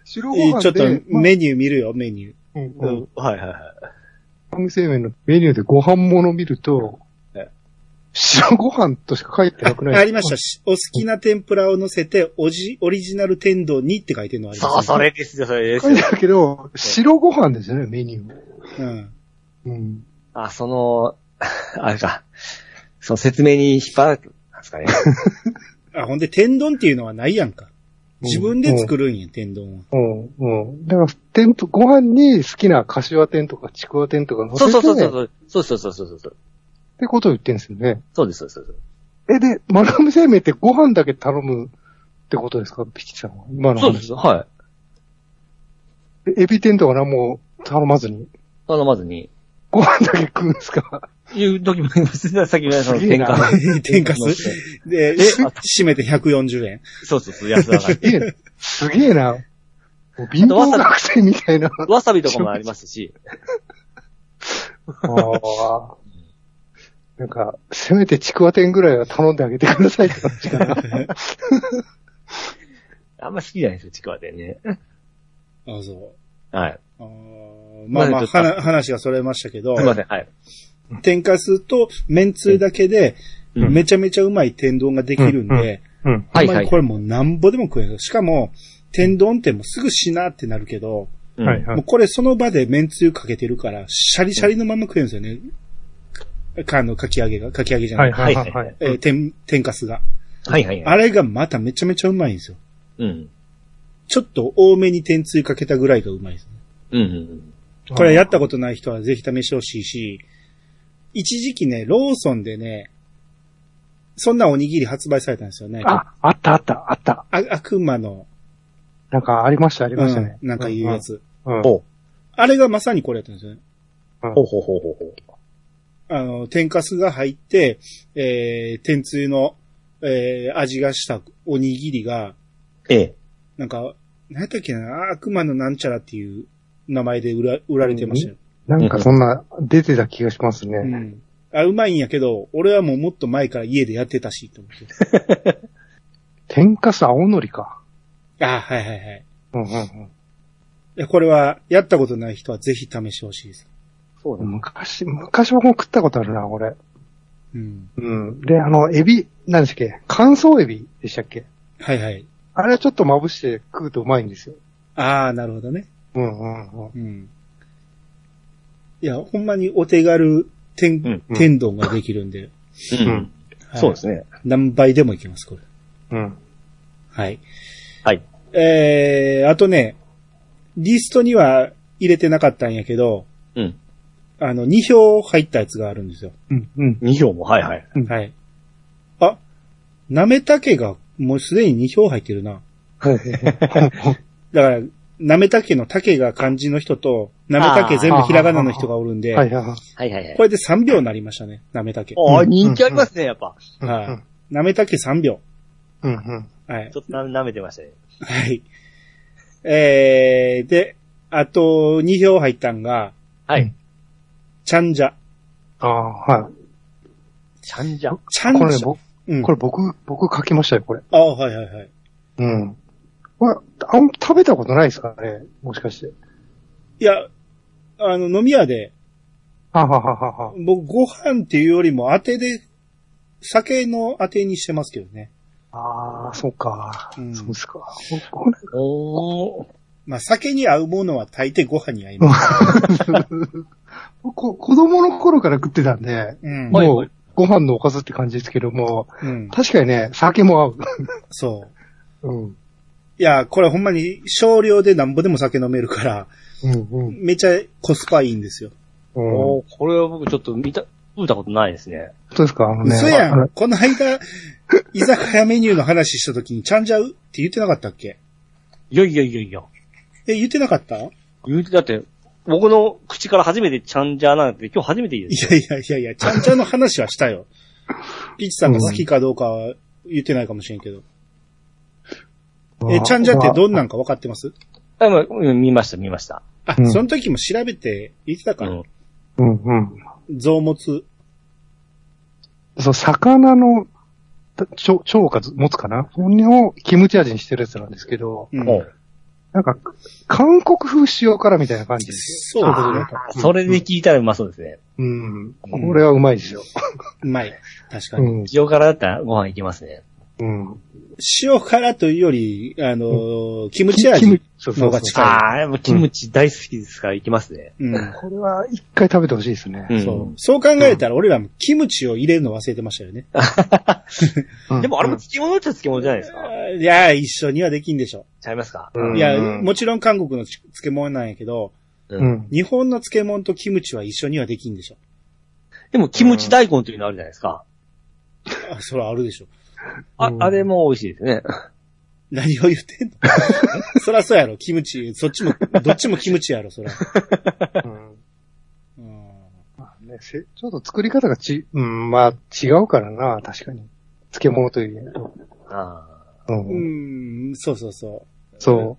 S6: 白
S1: え
S6: ご飯
S1: ーちょっと
S6: で、まあ
S1: メニュー見るよ、メニュー。
S6: うん
S3: う
S6: うん
S3: ん、はいはいはい。
S6: 番組製麺のメニューでご飯もの見ると
S3: え、
S6: 白ご飯としか書いてなくない
S1: ありました。しお好きな天ぷらを乗せて、おじ、オリジナル天丼にって書いてるのあり
S3: そう、
S1: ます、
S3: それですよ、それで
S6: 書
S3: す
S6: い
S3: よ
S6: て。あるけど、白ご飯ですよね、メニュー。
S1: それ。うん。
S6: うん。
S3: あ、その、 あれか。その説明に引っ張られたんですかね。
S1: あ、ほんで、天丼っていうのはないやんか。自分で作るんや、天丼は。
S6: うん、うん。だから、天ぷ、ご飯に好きな柏天とかちくわ天とか乗 せ
S3: そう
S6: て、
S3: そうそうそう。 そうそうそうそうそうそう。
S6: ってことを言ってんですよね。
S3: そうです、そうですそうです。
S6: え、で、丸亀製麺ってご飯だけ頼むってことですかピキさんは。今の
S3: そうです、はい。
S6: えエビ天とか何も頼まずに。
S3: あの、まずに、
S6: ご飯だけ食うんですか
S3: 言う時もあります。 さっきのその
S6: すげ
S3: 転
S6: えな
S3: 換。
S1: 天かす。で、締めて140円。
S3: そうそうそう、安上 がり。
S6: えすげえな。もう貧乏学生みたいな。
S3: わさびとかもありますし。
S6: ああなんか、せめてちくわ天ぐらいは頼んであげてくださいって感じかな。
S3: あんま好きじゃないですよ、ちくわでね。
S1: あ、そ
S3: はい。
S1: う。あーまあま
S3: まあちょ
S1: あ、
S3: っと
S1: はな話がそれましたけど
S3: すい、ません、はい。
S1: 天かすと麺つゆだけで、
S3: うん
S1: めちゃめちゃうまい天丼ができるんで、
S6: うん。
S3: はい
S1: ほんま
S3: は
S1: に
S3: い
S1: こ。れもうなんぼでも食える。しかも、天丼ってもうすぐしなってなるけど、
S3: うん
S6: はい
S1: も
S6: は
S1: う
S6: い。
S1: これその場で麺つゆかけてるから、シャリシャリのまま食えるんですよね。かあの、かき揚げが、かき揚げじゃない。
S3: はいはい
S6: はい。
S1: えー天、天かすが。
S3: はいはいはい。
S1: あれがまためちゃめちゃうまいんですよ。
S3: うん。
S1: ちょっと多めに天つゆかけたぐらいがうまいですね。
S3: うんうんうん。
S1: これやったことない人はぜひ試してほしいし、一時期ね、ローソンでね、そんなおにぎり発売されたんですよね。
S6: あ、あったあったあった。
S1: あ悪魔の、
S6: なんかありましたありましたね。
S1: うんなんかいうやつ。
S6: うん。うん。
S3: ほう。
S1: あれがまさにこれやったんですよね。
S3: ほうほうほうほうほう。
S1: あの、天かすが入って、えー、天つゆの、えー、味がしたおにぎりが、
S3: ええ。
S1: なんか、何やったっけな、悪魔のなんちゃらっていう名前で売ら売られてましたよ。
S6: なんかそんな出てた気がしますね。
S1: うん。あ、うまいんやけど、俺はもうもっと前から家でやってたし、と思って。
S6: 天かす青のりか。
S1: あ、はいはいはい。
S6: うんうんうん。
S1: いやこれは、やったことない人はぜひ試してほしいです。
S3: そうね。
S6: 昔、昔僕も食ったことあるな、これ。
S1: うん。
S6: うん。で、あの、エビ、何でしたっけ乾燥エビでしたっけ
S1: はいはい。
S6: あれはちょっとまぶして食うとうまいんですよ。
S1: ああ、なるほどね。
S6: うんうんうん。
S1: うん。いや、ほんまにお手軽天、
S3: うん
S1: 天丼ができるんで。
S3: うん。
S1: はい
S3: そうですね。
S1: 何倍でもいけます、これ。
S6: うん。
S1: はい。
S3: はい。
S1: えー、あとね、リストには入れてなかったんやけど、
S3: うん。
S1: あの、2票入ったやつがあるんですよ。
S6: うんうん。
S3: 2票も、はいはい。
S1: はい。あ、なめたけがもうすでに2票入ってるな。
S6: はいはいはい
S1: だから、なめたけのたけが漢字の人と、なめたけ全部ひらがなの人がおるんで、
S6: はいはい。
S3: はいはいはい
S1: こ。れで3票になりましたね、なめたけ。
S3: ああ、人気ありますね、やっぱ。
S1: はい。なめたけ3票。
S6: うんうん。
S1: はい
S3: ち。ょっとな舐めてましたね。
S1: はい。えー、で、あと2票入ったんが、
S3: はい。
S1: ちゃんじゃ。
S6: ああ、はい。
S3: ちゃんじゃん。
S1: ちゃん
S6: これ
S1: じゃ。
S6: 僕、
S1: うん。
S6: これ僕、僕書きましたよ、これ。
S1: ああ、はいはいはい。
S6: うん。これ、あん食べたことないですかねもしかして。
S1: いや、あの、飲み屋で、
S6: ははははは。
S1: 僕、ご飯っていうよりも、当てで、酒の当てにしてますけどね。
S6: ああ、そうか。
S1: うん
S6: そうですか。これ、
S3: おー。
S1: まあ、酒に合うものは大抵ご飯に合います。
S6: こ子供の頃から食ってたんで、
S1: うん。
S3: はい
S6: もう、ご飯のおかずって感じですけども、
S1: うん。
S6: 確かにね、酒も合う。
S1: そう。
S6: うん。
S1: いや、これほんまに少量でなんぼでも酒飲めるから、
S6: うん
S1: めちゃコスパいいんですよ。
S6: うん。うん。
S3: おーこれは僕ちょっと見た、見たことないですね。
S6: 本当ですかあのね。
S1: 嘘や
S6: あの
S1: ん。この間、居酒屋メニューの話した時に、ちゃんじゃうって言ってなかったっけ
S3: いやいやいやいや。
S1: え、言ってなかったい
S3: 言うて、だって、僕の口から初めてちゃんじゃなんて今日初めて言うですよ。
S1: やいやいやいや、ちゃんじゃの話はしたよ。ピッチさんが好きかどうかは言ってないかもしれんけど。え、ちゃんじゃってどんなんか分かってます
S3: あまあうん見ました、見ました。
S1: あ、
S6: うん
S1: その時も調べて言ってた
S3: う
S1: から。
S3: ん。
S6: うんうん。
S1: 臓物。
S6: そう、魚の、腸、腸か持つかな骨をキムチ味にしてるやつなんですけど、
S1: うん
S3: おう
S6: なんか、韓国風塩辛みたいな感じです
S1: そうですね。
S3: あそれで聞いたらうまそうですね。
S6: よ。うん。これはうまいですよ。
S1: うまい。確か
S6: う
S1: に。
S6: ん。
S3: 塩辛だったらご飯いけますね。
S6: うん。
S1: 塩辛というより、あのーキムチ
S6: キム
S1: 味。
S6: そう
S1: の
S6: そうそう
S1: が近い
S3: ああ、でもキムチ大好きですからいけますね。
S1: うん。
S6: これは一回食べてほしいですね。
S3: うん。
S1: そう。そう考えたら、俺らもキムチを入れるの忘れてましたよね。
S6: うん
S3: でもあれも漬物っちゃ漬物じゃないですか。
S1: あいや、一緒にはできんでしょ。
S3: ちゃいますか
S6: うん
S1: いや、もちろん韓国の漬物なんやけど、
S6: うん。
S1: 日本の漬物とキムチは一緒にはできんでしょ。
S3: でもキムチ大根というのあるじゃないですか。
S1: あ、それはあるでしょ。
S3: あ
S6: う、ん
S3: あれも美味しいですね。
S1: 何を言ってんのそらそうやろ、キムチ。そっちも、どっちもキムチやろ、そら。
S6: うん
S1: うん
S6: まあね、せちょっと作り方がち、うん、まあ違うからな、確かに。漬物というよりも
S3: あ
S1: う
S6: うん。
S1: ん、そうそうそ。
S6: そ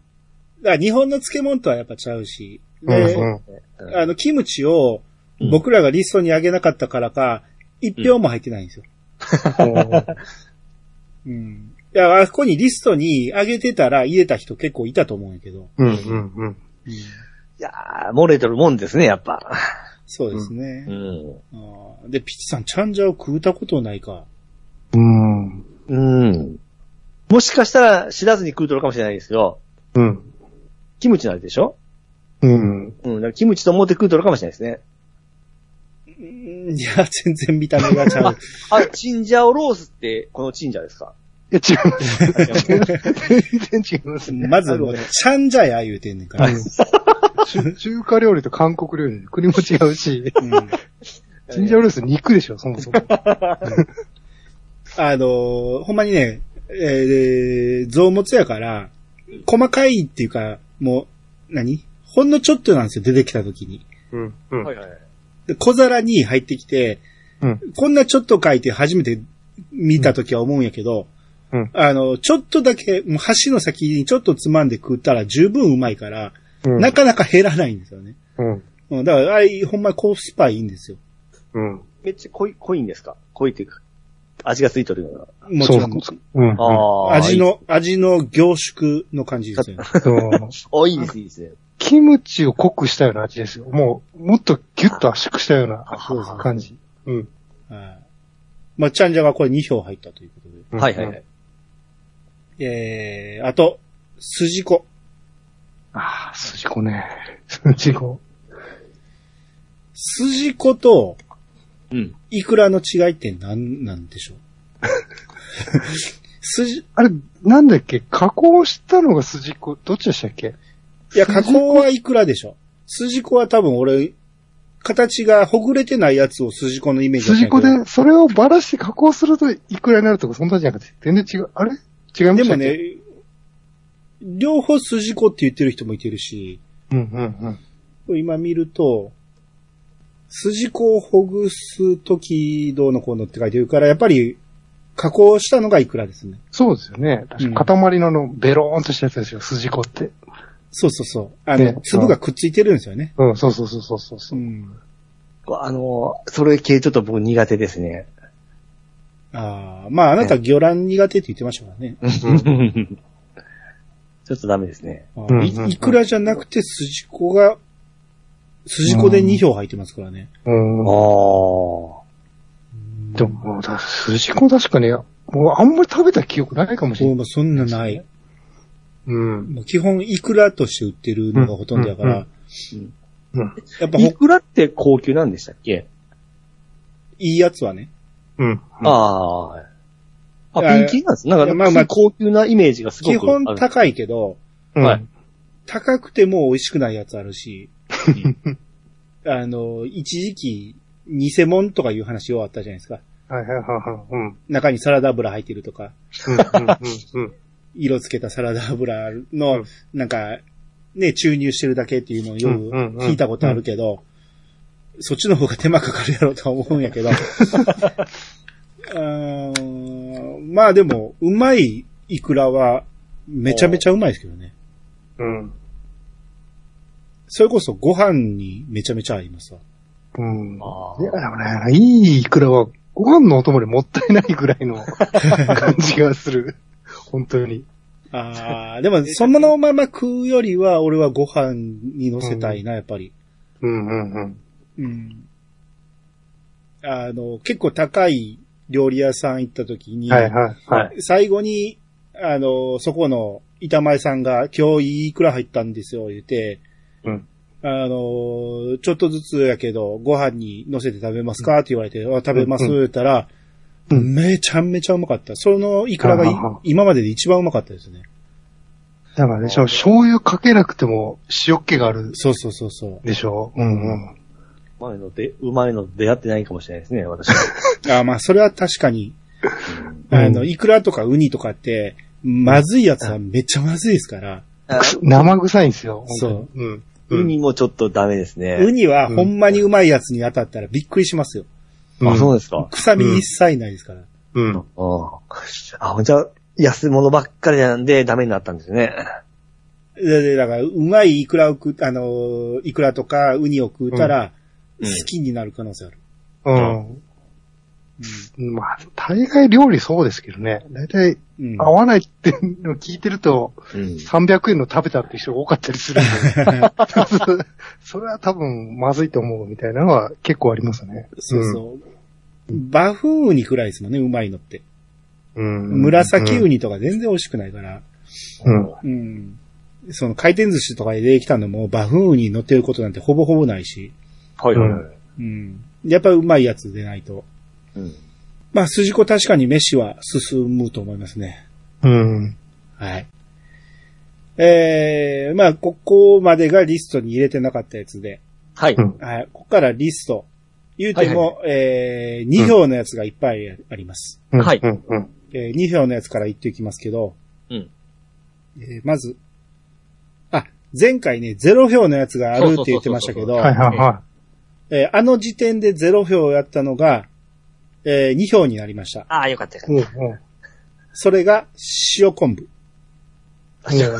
S6: う
S1: だから日本の漬物とはやっぱちゃうし。
S6: う。う
S1: で、
S6: ん
S3: ー
S1: あの、キムチを
S3: うん
S1: 僕らがリストにあげなかったからか、一票も入ってないんですよ。
S6: うん。
S1: うん。いや、あそこにリストにあげてたら入れた人結構いたと思うんやけど。
S6: うんうんうん。
S1: うん
S3: いやー、漏れてるもんですね、やっぱ。
S1: そうですね
S3: う。ん。
S1: あーで、ピチさん、チャンジャを食うたことないか。
S6: うん。
S3: うん。もしかしたら知らずに食うとるかもしれないですけど、
S6: うん。
S3: キムチなんでしょ
S6: うん。
S3: うん。だからキムチと思って食うとるかもしれないですね。
S1: いや、全然見た目がちゃう。
S3: あ、チンジャオロースって、このチンジャです か
S6: いや、違います。全然違いますね。
S1: まず、チャンジャや言うてんねんから。
S6: 中中華料理と韓国料理、国も違うし、
S1: うん
S6: チンジャオロース肉でしょ、そもそも。
S1: あのー、ほんまにね、えー、臓物やから、細かいっていうか、もう、何ほんのちょっとなんですよ、出てきた時に。
S6: うん。うん
S3: はいはい。
S1: で小皿に入ってきて、
S6: うん
S1: こんなちょっと書いて初めて見た時は思うんやけど、
S6: うん
S1: あの、ちょっとだけ、もう箸の先にちょっとつまんで食ったら十分うまいから、
S6: うん
S1: なかなか減らないんですよね。
S6: うん。
S1: うん、だから、あれ、ほんまコスパいいんですよ。
S6: うん。
S3: めっちゃ濃い、濃いんですか濃いっていうか、味がついてるような。
S1: もちろん。
S6: そううん。
S3: ああ。
S1: 味の、味の凝縮の感じですよね。
S6: そう
S3: いい。あ、いいです、いいですね。
S6: キムチを濃くしたような味ですよ。もう、もっとギュッと圧縮したような感じ。うん。
S1: はいまあ、チャンジャがこれ2票入ったということで。
S6: うん
S3: はいはいはい。
S1: えー、あと、筋子。
S6: ああ、筋子ね。筋子。
S1: 筋子と、
S3: うん。
S1: イクラの違いって何なんでしょう 筋、い
S6: あれ、なんだっけ加工したのが筋子、どっちでしたっけ
S1: や、加工はイクラでしょ。筋子は多分俺、形がほぐれてないやつを筋子のイメージだったん
S6: 筋
S1: やけど
S6: 子で、それをばらして加工するといくらになるとか、そんなんじゃなくて、全然違う。あれ違いま
S1: で
S6: した
S1: も
S6: っ
S1: ね、
S6: け。
S1: 両方筋子って言ってる人もいてるし、
S6: うんうんうん。
S1: 今見ると、筋子をほぐすときどうのこうのって書いてるから、やっぱり加工したのがイクラですね。
S6: そうですよね。確か塊のあの、ベローンとしたやつですよ、筋子って。
S1: そうそうそう。あの、
S6: ね
S1: 粒がくっついてるんですよね。
S6: うん、そうそうそうそうそうそうう。
S1: ん。
S3: あの、それ系ちょっと僕苦手ですね。
S1: ああ、まああなた魚卵苦手って言ってましたからね。
S3: ちょっとダメですね。
S1: あ
S6: うん
S1: ー
S6: うんうん
S1: いいくらじゃなくて筋子が、筋子で2票入ってますからね。
S6: うん
S3: あ。あ。
S6: でももうだ、筋子確かに、もうあんまり食べた記憶ないかもし
S1: も
S6: れな
S1: う
S6: い。
S1: まあそんなない。
S6: うん。
S1: もう基本イクラとして売ってるのがほとんどやか
S6: うん
S1: ら
S3: うん。
S6: うん
S1: やっぱほ
S3: いくらって高級なんでしたっけ
S1: いいやつはね。
S6: うん。
S3: ああ。あ、
S1: いや
S3: ピンキーなんです。なん
S1: い
S3: か、
S1: やまあまあ
S3: 高級なイメージがすごく
S1: 基
S3: ある。
S1: 本高いけど、
S6: うん
S3: はい。
S1: 高くても美味しくないやつあるし、あの、一時期、偽物とかいう話ようあったじゃないですか。
S6: はいはいはいはい。うん。
S1: 中にサラダ油入ってるとか、
S6: うんうんうんうん。
S1: 色つけたサラダ油の、なんか、ね、注入してるだけっていうのをよ
S6: うんうんうん
S1: く聞いたことあるけど、そっちの方が手間かかるやろうとは思うんやけ ど。うーんまあでも、うまいイクラは、めちゃめちゃうまいですけどね。
S6: うん。
S1: それこそご飯にめちゃめちゃ合いますわ。
S6: うん。
S3: あ
S6: いや、でもね、いいイクラは、ご飯のお供にもったいないぐらいの 感じがする。本当に。
S1: ああ、でも、そのまま食うよりは、俺はご飯に乗せたいな、やっぱり。
S6: うんうんうん。
S1: うん。あの、結構高い料理屋さん行った時に、
S6: はいはいはい。
S1: 最後に、あの、そこの板前さんが、今日いくら入ったんですよ、言って、
S6: うん
S1: あの、ちょっとずつやけど、ご飯に乗せて食べますかって言われて、あ食べます、
S6: うん
S1: 言ったら、
S6: うん
S1: めちゃめちゃうまかった。そのイクラがい
S6: ははは
S1: 今までで一番うまかったですね。
S6: だからね、しょ醤油かけなくても塩っ気がある
S1: そうそうそうそう。
S6: でしょうんうん。
S3: うまいので、うまいの出会ってないかもしれないですね、私は。
S1: あまあ、それは確かに、
S6: うん
S1: あの、イクラとかウニとかって、まずいやつはめっちゃまずいですから、
S6: くす生臭いんですよ。
S1: そう
S6: 本当に。うん。 うん
S3: ウニもちょっとダメですね。
S1: ウニはほんまにうまいやつに当たったらびっくりしますよ。
S3: あ、そうですか。
S1: 臭み一切ないですから。
S6: うん。
S3: うん。あ、じゃあ、安物ばっかりなんでダメになったんですね。
S1: ででだから、うまいイクラを食う、あのー、イクラとかウニを食うたら、
S3: うん
S1: 好きになる可能性ある。
S6: うん。まあ、大概料理そうですけどね。大体、
S1: うん。うん
S6: 合わないっていうのを聞いてると、
S3: うん。
S6: 300円の食べたっていう人が多かったりするんで。それは多分、まずいと思うみたいなのは結構ありますね。
S1: そうそう。バフンウニくらいですもんね、うまいのって。
S6: うん。うん。
S1: 紫ウ
S6: ニ。
S1: ニとか全然美味しくないから。
S6: うん。
S1: うん。その回転寿司とかでできたのも、バフンウニに乗ってることなんてほぼほぼないし。
S3: はいはいはい。
S1: うん。やっぱりうまいやつでないと。
S3: うん。
S1: まあ、筋子確かに飯は進むと思いますね。
S6: うん。
S1: はい。えー、まあ、ここまでがリストに入れてなかったやつで。
S3: はい。
S6: うん
S1: はい。ここからリスト。言うても、えー、2票のやつがいっぱいあります。
S6: うん
S3: はい
S6: うん。うん。
S1: えー、2票のやつから言っていきますけど。
S3: うん。
S1: えー、まず、あ、前回ね、0票のやつがあるって言ってましたけど、
S6: はいはいは
S1: えーあの時点で0票をやったのが、えー、2票になりました。
S2: ああ、よかったよか
S6: い。
S2: っ
S6: うんうん。
S1: それが塩昆布。塩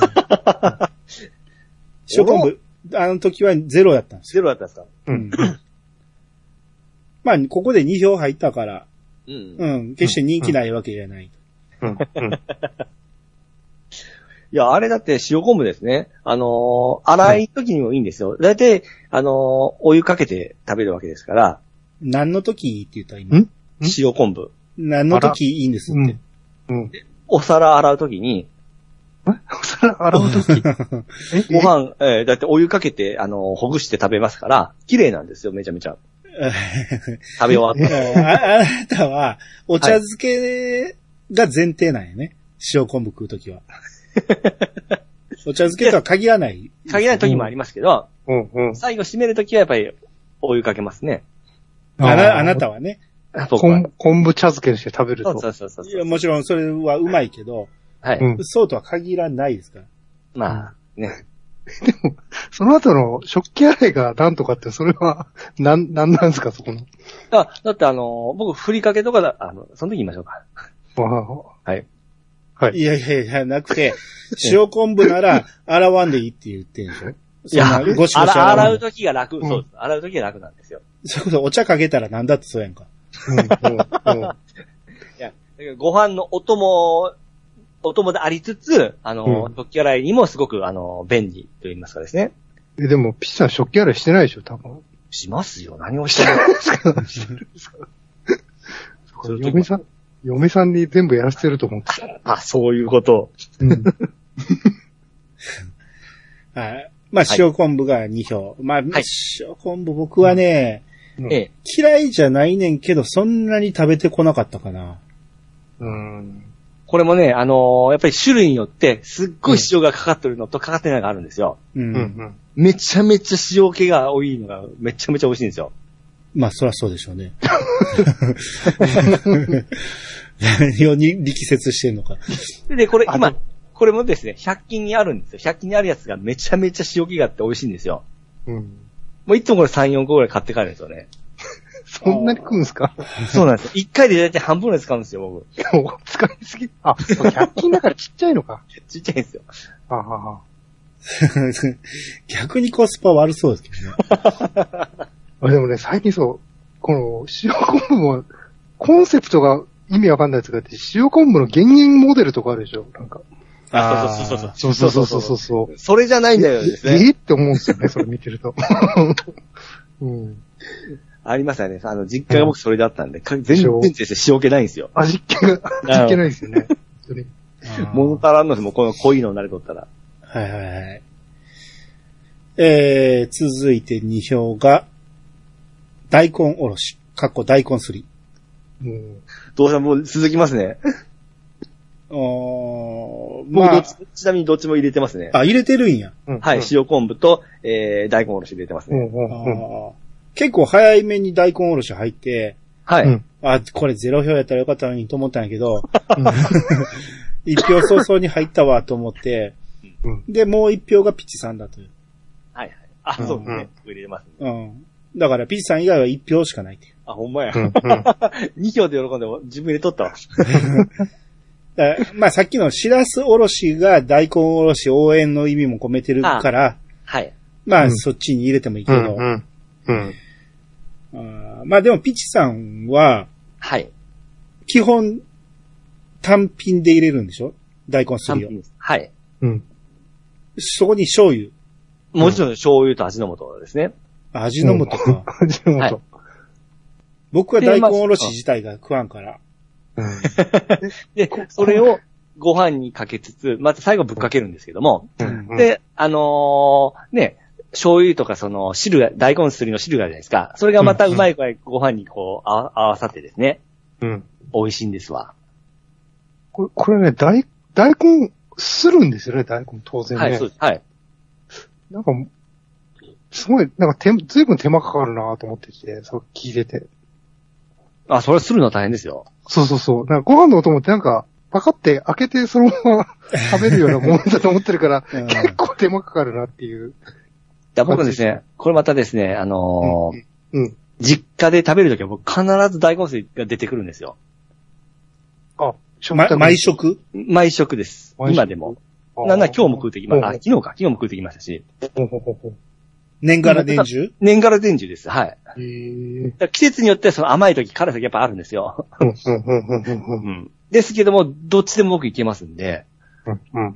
S1: 昆布、あの時はゼロやったんですよ。
S3: ゼロだったんですか
S6: うん
S1: まあ、ここで2票入ったから、
S3: うん。
S1: うん、決して人気ないわけじゃない。
S6: うん。うん
S3: いや、あれだって塩昆布ですね。あのー洗い時にもいいんですよ。だいたい、あのーお湯かけて食べるわけですから、
S1: 何の時いいって言った今。
S6: ん
S3: 塩昆布。
S1: 何の時いいんですって。
S6: うん。
S3: お皿洗う時に、
S6: お皿洗うとき。え
S3: ご飯、えーだってお湯かけて、あのーほぐして食べますから、綺麗なんですよ、めちゃめちゃ。食べ終わったら。
S1: ああなたは、お茶漬けが前提なんやね。塩昆布食うときは。 お茶漬けとは限らない。
S3: 限らない時もありますけど、
S6: うんうん。
S3: 最後締める時はやっぱりお湯かけますね。
S1: あなあなたはね。
S3: 僕は
S6: 昆昆布茶漬けにして食べる
S3: そう
S6: と。
S3: そうそうそう
S1: い。やもちろんそれはうまいけど、
S3: はい。
S6: うん
S1: そうとは限らないですから。
S3: まあ、ね。
S6: その後の食器洗いがなんとかって、それは、なん、なんなんですか、そこの。
S3: だだってあのー僕、ふりかけとかだ、あの、その時言いましょうか。
S6: わ
S1: いやいやいや、なくて、塩昆布なら洗わんでいいって言ってんでしょ
S3: いや、
S1: そんなゴシゴシ
S3: 洗
S1: 洗
S3: う
S1: う。
S3: 時が楽。そうです。洗う時が楽なんですよ。
S1: それこそお茶かけたらなんだってそうやんか。
S6: あうんうんうん
S3: だからご飯のお供、お供でありつつ、あの、食器洗いにもすごく、あの、便利と言いますかですね。
S6: えでも、ピッチさん食器洗いしてないでしょ、多分。
S3: しますよ。何をしてるんですか そういう時
S6: 嫁さん、嫁さんに全部やらせてると思ってた。
S3: あ、そういうこと。
S6: うん。
S1: はい。まあ、
S3: はい
S1: 塩昆布が2票。まあ、
S3: い
S1: 塩昆布僕はね、
S3: ええ。
S1: 嫌いじゃないねんけど、そんなに食べてこなかったかな。
S6: うん。
S3: これもね、あのーやっぱり種類によって、すっごい塩がかかってるのとかかってないのがあるんですよ。
S1: うん。
S6: うん。
S3: めちゃめちゃ塩気が多いのが、めちゃめちゃ美味しいんですよ。
S1: まあ、そりゃそうでしょうね。何をに力説してんのか。
S3: で、これ
S6: あ
S3: 今
S6: で、
S3: これもですね、100均にあるんですよ。100均にあるやつがめちゃめちゃ塩気があって美味しいんですよ。
S6: うん。
S3: もういつもこれ3、4個ぐらい買って帰るんですよ ね。
S6: そんなに食うんすか
S3: そうなんですよ。1回で大体半分ぐらい使うんですよ、僕。
S6: もう使いすぎ。あ、そう100均だからちっちゃいのか。
S3: ちっちゃいんですよ。
S6: あはは。
S1: 逆にコスパ悪そうですけどね。
S6: あでもね、最近そう、この塩昆布も、コンセプトが意味わかんないやつがあって、塩昆布の原因モデルとかあるでしょなんか。
S3: あそうそうそうそう。
S6: そうそうそうそうそうそう。
S3: それじゃないんだよです
S6: え
S3: ね。
S6: えって思うんですよね、それ見てると。 うん。
S3: ありましたね。あの、実家が僕それだったんで、か全然塩気ないんですよ。
S6: 味気が、味気ないですよね。本当に
S3: 物足らんのですもん、この濃いのに慣れとったら。
S1: はいはいはい。えー、続いて2票が、大根おろし、かっこ大根すり。
S6: うん。
S3: どうせもう続きますね。
S1: おー
S3: 僕
S1: ま
S3: どっ
S1: あ
S3: ち、、ちなみにどっちも入れてますね。
S1: あ、入れてるんや。
S6: うん
S3: はい、。塩昆布と、えー、大根おろし入れてます
S6: う
S3: ね。
S6: んうんうん。
S1: あー結構早いめに大根おろし入って、
S3: はい。
S6: うん
S1: あ、これゼロ票やったらよかったのにと思ったんやけど、一票早々に入ったわと思って、
S6: うん
S1: で、もう一票がピッチさんだという。
S3: はいはい。あ、そうですね。入れてますね。
S1: うん。だからピッチさん以外は一票しかないっていう。
S3: あ、ほんまや
S6: う。んうん
S3: 2票で喜んでも自分入れとったわ。
S1: だからまあさっきのしらすおろしが大根おろし応援の意味も込めてるから、
S3: はい。
S1: ま
S6: う
S1: あ
S6: ん
S1: そっちに入れてもいいけ
S6: う
S1: ど、
S6: んうん。
S1: あーまあでもピッチさんは
S3: はい。
S1: 基本単品で入れるんでしょ大根す
S3: 三
S1: りを。
S3: 品です。はい。
S6: うん。
S1: そこに醤油、
S3: もちろん醤油と味の素ですね。
S1: 味の素か。
S6: 味の素。
S1: 僕は大根おろし自体が食わんから。
S6: うん
S3: で、それをご飯にかけつつ、また最後ぶっかけるんですけども、
S6: うんうん
S3: で、あのーね、醤油とかその汁が、大根すりの汁があるじゃないですか。それがまたうまい具合にご飯にこう、あ合わさってですね、
S6: うん。
S3: 美味しいんですわ。
S6: これ、これね、大、大根、するんですよね、大根、当然ね。
S3: はい、そうです。はい。
S6: なんか、すごい、なんか手、ずいぶん手間かかるなと思ってきて、そう聞いてて。
S3: あ、それするのは大変ですよ。
S6: そうそうそう。なんかご飯のお供ってなんか、パカって開けてその まま食べるようなものだと思ってるから、
S1: うん
S6: 結構手間かかるなっていう。
S3: いや、僕ですね、これまたですね、あのー
S6: うんうんうん
S3: 実家で食べるときは僕必ず大根すりが出てくるんですよ。
S6: あ、食
S1: ま、毎食
S3: 毎食です。
S6: 毎食
S3: 今でも。なんなら今日も食うてきました。あ、昨日か。昨日も食うてきましたし。
S6: ほうほうほうほう
S1: 年がら年中
S3: 年がら年中です。はい。
S6: へー
S3: だから季節によってその甘い時、辛い時やっぱあるんですよ。
S6: うんうんうんうんうん
S3: うん。ですけども、どっちでも僕いけますんで、
S6: うんうん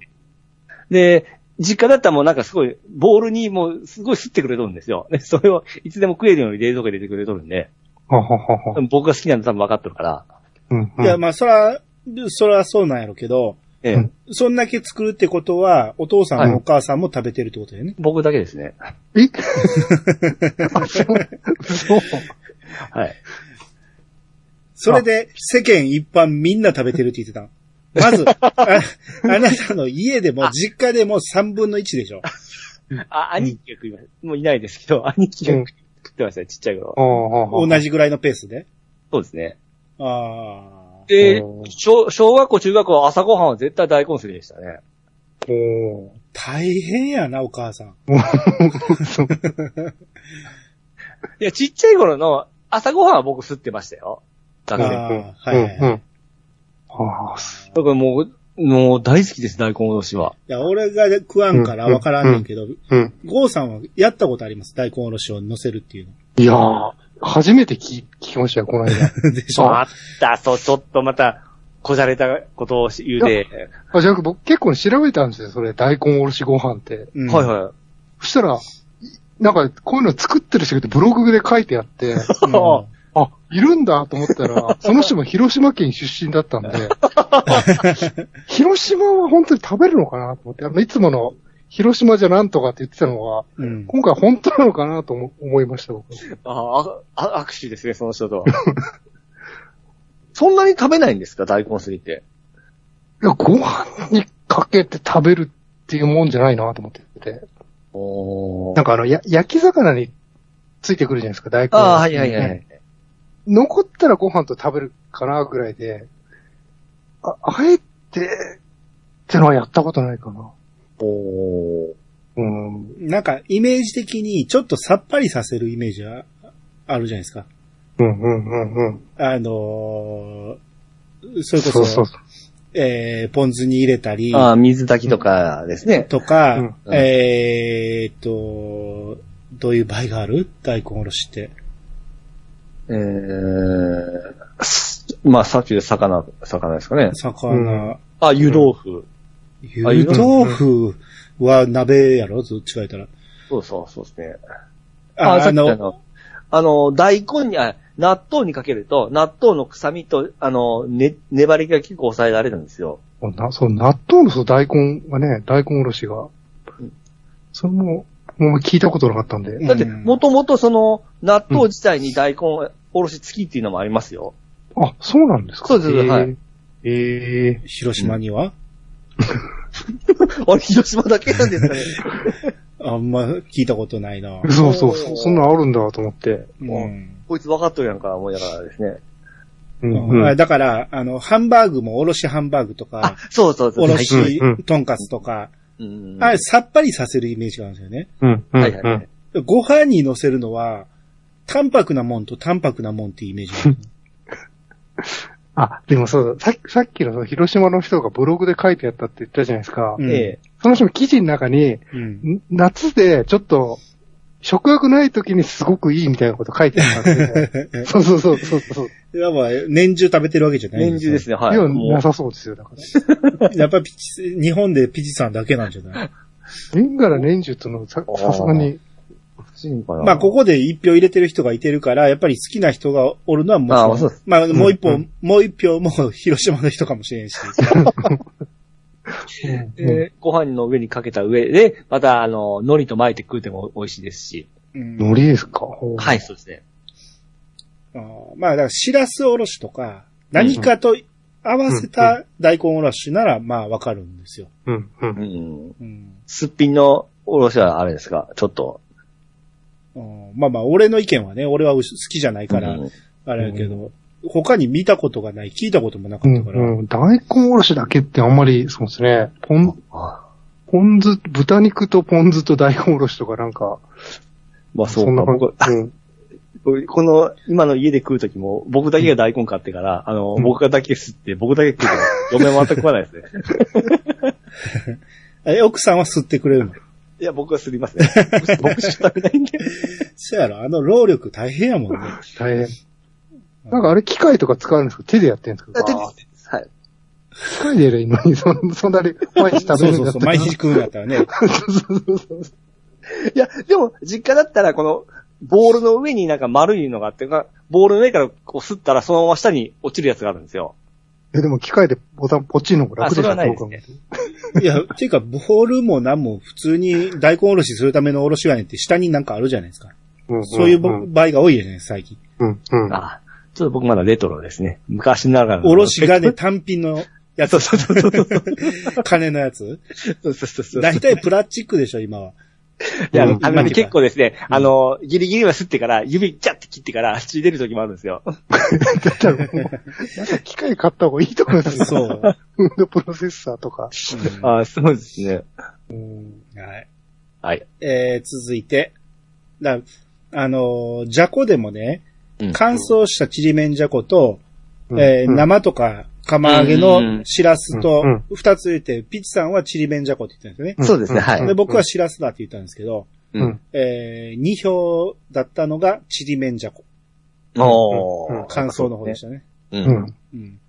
S3: で、実家だったらもうなんかすごい、ボールにもうすごい吸ってくれとるんですよ。で、それをいつでも食えるように冷蔵庫に入れてくれとるんで、
S6: はははは。
S3: 僕が好きなの多分分かっとるから、
S6: うんう
S1: いや、
S6: ん。
S1: まあ、そら、そらそうなんやろうけど、
S3: ええ
S6: うん
S1: そんだけ作るってことは、お父さん
S3: はい
S1: もお母さんも食べてるってことだよね。
S3: 僕だけですね。
S6: えあそう。
S3: はい。
S1: それで、世間一般みんな食べてるって言ってたの。まず、ああなたの家でも実家でも3分の1でしょ。
S3: あ、兄貴が食いました。もういないですけど、兄貴が食ってましたね、ちっちゃい頃。
S6: 同
S1: 同。じぐらいのペースで。
S3: そうですね。
S1: ああ。
S3: で
S6: お、ー
S3: 小、小学校、中学校、朝ごはんは絶対大根すりでしたね。
S6: お
S1: 大変やな、お母さん。
S6: ーそう
S3: いや、ちっちゃい頃の朝ごはんは僕吸ってましたよ。だ
S1: あ
S3: から、
S1: あ、はいはい。
S6: う
S1: い
S6: んうんあーす
S3: だからもう、もう大好きです、大根おろしは。
S1: や、俺が食わんからわからんねんけど、
S6: うん。
S1: ゴーさんはやったことあります。大根おろしを乗せるっていう
S6: いやー、初めて聞聞きましたよ、この 間。
S1: の。でしょ
S3: あった、そう、ちょっとまた、こじゃれたことを言うて、
S6: あ、じゃなく僕結構調べたんですよ、それ。大根おろしご飯って。
S1: うん
S3: はいはい。
S6: そしたら、いなんか、こういうの作ってる人ってブログで書いてあって、
S1: うん
S3: あ
S6: あ、いるんだと思ったら、その人も広島県出身だったん で、広島は本当に食べるのかなと思って、あの、いつもの広島じゃなんとかって言ってたのは、
S1: うん。
S6: 今回本当なのかなと思思いました、僕。
S3: ああ、握手ですね、その人とは。 そんなに食べないんですか、大根すりって。
S6: いや、ご飯にかけて食べるっていうもんじゃないなと思ってて。
S3: お
S6: なんかあの、や、焼き魚についてくるじゃないですか、大根。
S3: ああ、はいはいは
S6: ね
S3: い。
S6: 残ったらご飯と食べるかなぐらいで、あ、あえて、ってのはやったことないかな。
S3: おー
S6: うん。
S1: なんか、イメージ的に、ちょっとさっぱりさせるイメージはあるじゃないですか。
S6: うん、うん、うん、うん。
S1: あのーそれこ
S6: そ
S1: そ、
S6: うそうそう。
S1: えー、ポン酢に入れたり、
S3: ああ、水炊きとかですね。
S1: とか、
S3: うん
S1: えーっと、どういう場合がある大根おろしって。
S3: えー、まあ、さっきで魚、魚ですかね。
S1: 魚、
S3: あ、湯豆腐。
S1: 湯
S3: あ湯
S1: 豆腐は鍋やろずっち違えたら。
S3: そうそう、そうですね。
S1: あ、あ
S3: さっき言った
S1: の、
S3: の、あの、大根に、あ、納豆にかけると、納豆の臭みと、あの、ね、粘りが結構抑えられるんですよ。
S6: もうなそう、納豆のそう、大根がね、大根おろしが。それも、もう聞いたことなかったんで。
S3: だって、
S1: うん
S3: もともとその、納豆自体に大根おろし付きっていうのもありますよ。
S6: あ、そうなんですか
S3: そうです
S6: えー
S3: はい
S6: ええ
S1: 広島には、
S3: あれ、広島だけなんですかね。
S1: あんま聞いたことないな。
S6: そうそうそう、そんなのあるんだと思って。
S1: うん
S3: こいつ分かっとるやんか、思いながらですね。
S6: うん
S1: あだから、あの、ハンバーグもおろしハンバーグと
S3: あ
S1: か、、
S3: そうそうそう。
S1: おろ
S3: はい
S1: し
S6: うんうん
S1: とんかつとか、
S3: うん
S1: あれさっぱりさせるイメージがあるんですよね。
S6: うん、うん、
S3: はいはいはい。
S1: ご飯に乗せるのは、淡白なもんと淡白なもんっていうイメージがある。
S6: あ、でもそうだ、さっきさっきのその広島の人がブログで書いてやったって言ったじゃないですか。
S1: うん
S3: ええ。
S6: その人の記事の中に、ん
S1: うん
S6: 夏でちょっと、食欲ない時にすごくいいみたいなこと書いてあったん で。そうそうそうそうそう。
S1: やっぱ、年中食べてるわけじゃない
S3: 年中ですね、はい。
S6: では
S3: も
S6: な
S3: う
S6: さそうですよ、だから。
S1: やっぱピチ、日本でピチさんだけなんじゃない
S6: 年がら年中ってのはさ
S3: あー
S6: さすがに。
S1: まあ、ここで一票入れてる人がいてるから、やっぱり好きな人がおるのはもちろん
S3: ああそうです
S1: まあ、もう一票、
S6: うんう
S1: もう一票も 広島の人かもしれ んし。
S3: でご飯の上にかけた上で、また、あの、海苔と巻いて食うても美味しいですし。
S1: うん
S6: 海苔ですか。
S3: はいい、そうですね。
S1: あーまあ、だから、しらすおろしとか、何かと合わせた大根おろしなら、まあ、わかるんですよ。
S6: うん、う。
S3: うんん。
S1: うん
S3: すっぴんのおろしはあれですかちょっと。
S1: うんまあまあ、俺の意見はね、俺は好きじゃないから
S3: う、ん
S1: あれやけど、他に見たことがない、聞いたこともな
S6: う
S1: かっ
S6: ん
S1: たから、
S6: うん、大根おろしだけってあんまり、そうですね。ポン、ポン酢、豚肉とポン酢と大根おろしとかなんか、
S3: まあ、そ
S6: そん
S3: う
S6: な
S3: か。
S6: 感
S3: 僕、
S6: じ。うん
S3: 僕この、今の家で食うときも、僕だけが大根買ってから、あの、僕がだけ吸って、僕だけ食うから、嫁は全く食わないですね。
S1: え、奥さんは吸ってくれるの
S3: いや、僕はすりますね。僕しか食べないん で。
S1: そやろ、あの労力大変やもんね。
S6: 大変。なんかあれ機械とか使うんですか手でやってるんですか
S3: はい。
S6: 使いでやればいいのに、そんそんなに毎日 食
S1: そ
S6: べ
S1: う
S6: る
S1: そう
S6: んだっ
S1: そう、
S6: たら
S1: 毎日食うんだったらね。
S3: いや、でも、実家だったら、この、ボールの上になんか丸いのがあって、かボールの上からこう吸ったら、そのまま下に落ちるやつがあるんですよ。
S6: えでも機械でボタンポチンの方が楽でしょ
S3: あそれはないです
S6: どう考
S3: ね
S6: えても
S1: いや、ていうか、ボールも何も普通に大根おろしするためのおろし金って下になんかあるじゃないですか。
S6: うんん
S1: そういうぼ場合が多いじゃないですか、最近。
S6: うん、うん。
S3: あちょっと僕まだレトロですね。昔ながらの。
S1: おろし 金単品のやつ
S3: そう、そうそう そ う。
S1: 金のやつ。
S3: そうそうそうそう。
S1: 大体プラスチックでしょ、今は。
S3: いや、
S1: うん
S3: あの、
S1: うん
S3: 結構ですね、あの、ギリギリは吸ってから、指ジャッて切ってから、血出る時もあるんですよ。
S6: だったらもう、なんか機械買った方がいいと思いますよ。
S1: そう。
S6: フードプロセッサーとか。
S1: う
S3: あそうですね。
S1: んはい。
S3: はい。
S1: えー、続いて。だあのーじゃこでもね
S3: うん、
S1: 乾燥したちりめんじゃこと、えー
S6: うん
S1: 生とか釜揚げのしらすと
S6: うん、
S1: 二つ入れて、ピッチさんはちりめんじゃこって言ったんですよね。
S3: そうですねはい
S1: で、僕は、シラスだって言ったんですけど、
S6: うん
S1: えー、2票だったのが、ちりめんじゃこ。
S3: おー。
S1: 感想の方でしたね。
S3: う。
S6: うんん。
S1: うん。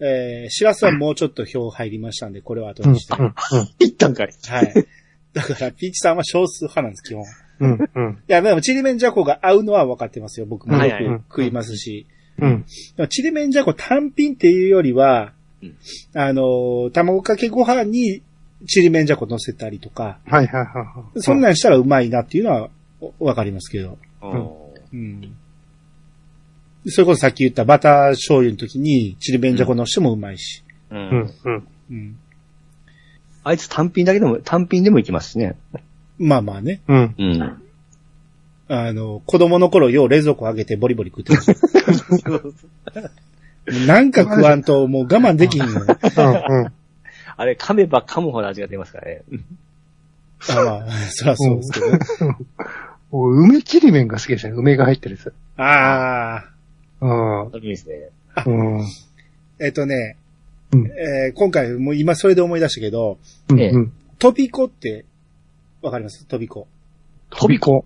S1: えー、シラスはもうちょっと票入りましたんで、これは後にして。
S6: うん
S3: いったんかい。
S1: はい。だから、ピーチさんは少数派なんです、基本。い
S6: うん、うん、
S1: や、でも、ちりめんじゃこが合うのは分かってますよ。僕も
S3: はい
S1: よ
S3: は
S1: く食
S3: い
S1: いますし。
S6: うん、
S1: でもちりめんじゃこ単品っていうよりは
S3: うん、
S1: あのー卵かけご飯にちりめんじゃこ乗せたりとか、
S6: はいはいはいはい。
S1: そんなんしたらうまいなっていうのはお分かりますけど。
S3: おー
S1: うん。それこそさっき言ったバター醤油の時にチリベンジャコのしてもうまいし。
S3: う。
S6: うんん、うん。
S1: うん。
S3: あいつ単品だけでも、単品でもいきますしね。
S1: まあまあね。
S6: うん。
S3: うん。
S1: あの、子供の頃よう冷蔵庫開けてボリボリ食ってました。なんか食わんともう我慢できひんよ。 あ
S6: うん、
S3: あれ、噛めば噛むほど味が出ますからね。
S1: まあ、そりゃそうですけどね。
S6: うん。梅ちりめんが好きでしたね。梅が入ってるやつ。
S1: あ
S6: うん。
S3: いいですね。
S6: うん。
S1: あ、えっとね、
S6: うん
S1: えー今回もう今それで思い出したけど、
S6: うん
S3: ええ
S6: うん。
S1: トビコって、わかりますトビコ。
S6: 飛び子。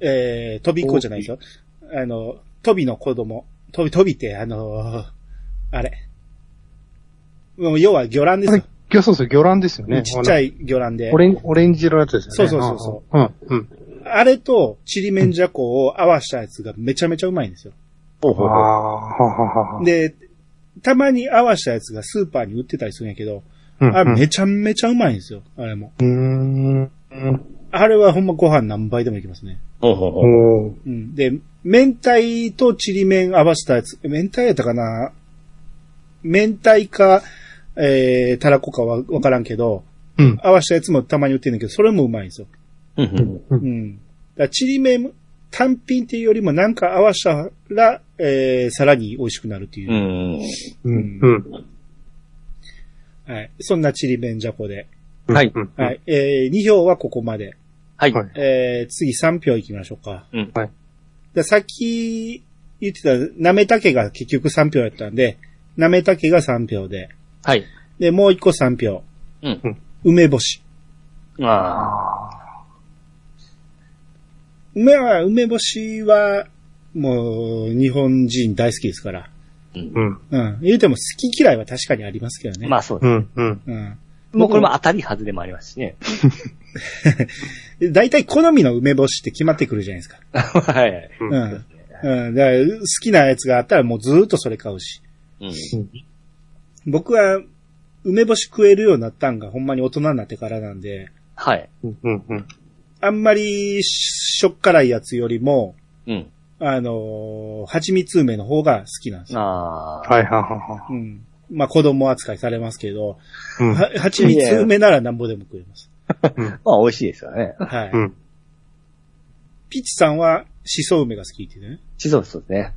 S1: えー、飛びっ子じゃないですよ。あの、飛びの子供。飛び、飛びって、あのーあれ。もう要は魚卵ですよ。
S6: いや、そうそう、魚卵ですよね。
S1: ちっちゃい魚卵で
S6: オ。レン。オレンジ色のやつですよね。。
S1: そうそうそう
S6: うん、うん。
S1: あれと、ちりめんじゃこを合わしたやつがめちゃめちゃうまいんですよ。
S3: ほう
S6: ああ、はははは。
S1: で、たまに合わしたやつがスーパーに売ってたりするんやけど、
S6: うん
S1: あれめちゃめちゃうまいんですよ。あれも。
S6: うん。うーん。
S1: あれはほんまご飯何杯でもいきますね。
S3: ほうほうほう。
S6: おー
S1: うん。で、明太とちりめん合わせたやつ、明太やったかな明太か、えー、たらこかはわからんけど、
S6: うん。
S1: 合わせたやつもたまに売ってんだけど、それもうまいんですよ。
S3: うんう
S1: う
S3: ん
S1: ん。だからちりめん単品っていうよりもなんか合わせたら、えー、さらに美味しくなるっていうう。
S3: ん。
S6: うん。うん。
S1: はい。そんなちりめんじゃこで。
S6: うん
S3: はい
S6: うん
S1: はい。えー、2票はここまで。
S3: はい。
S6: はい
S1: えー、次3票いきましょうか。
S3: うん
S6: はい
S1: で、さっき言ってた、なめたけが結局3票やったんで、なめたけが3票で、
S3: はい。
S1: で、もう1個3票。
S3: うん
S6: うん
S1: 梅干し。
S3: あ
S1: 梅は、梅干しは、もう、日本人大好きですから。
S6: うん。
S1: うん。言うても好き嫌いは確かにありますけど
S3: あ。
S1: ね。
S3: まあそうで
S6: うん。うん。
S1: うん。
S3: す。もうこれも当たり外れもありますしね。
S1: 大体好みの梅干しって決まってくるじゃないですか。
S3: はい。
S6: うん
S1: うん。うん。だから好きなやつがあったらもうずーっとそれ買うし。
S3: うん。
S1: 僕は、梅干し食えるようになったんがほんまに大人になってからなんで、
S3: はい。
S6: うん。うん。うん。
S1: あんまりしょっ辛いやつよりも、
S3: うん。
S1: あのー蜂蜜梅の方が好きなんですよ。
S3: ああ。
S6: はいはいは
S1: うん。まあ子供扱いされますけど、
S6: いはい。
S1: は蜂蜜梅ならなんぼでも食えます。
S3: まあ美味しいですよね。
S1: はい。
S6: うん。うん。
S1: ピッチさんはシソ梅が好きって言ってね。
S3: しそうですね。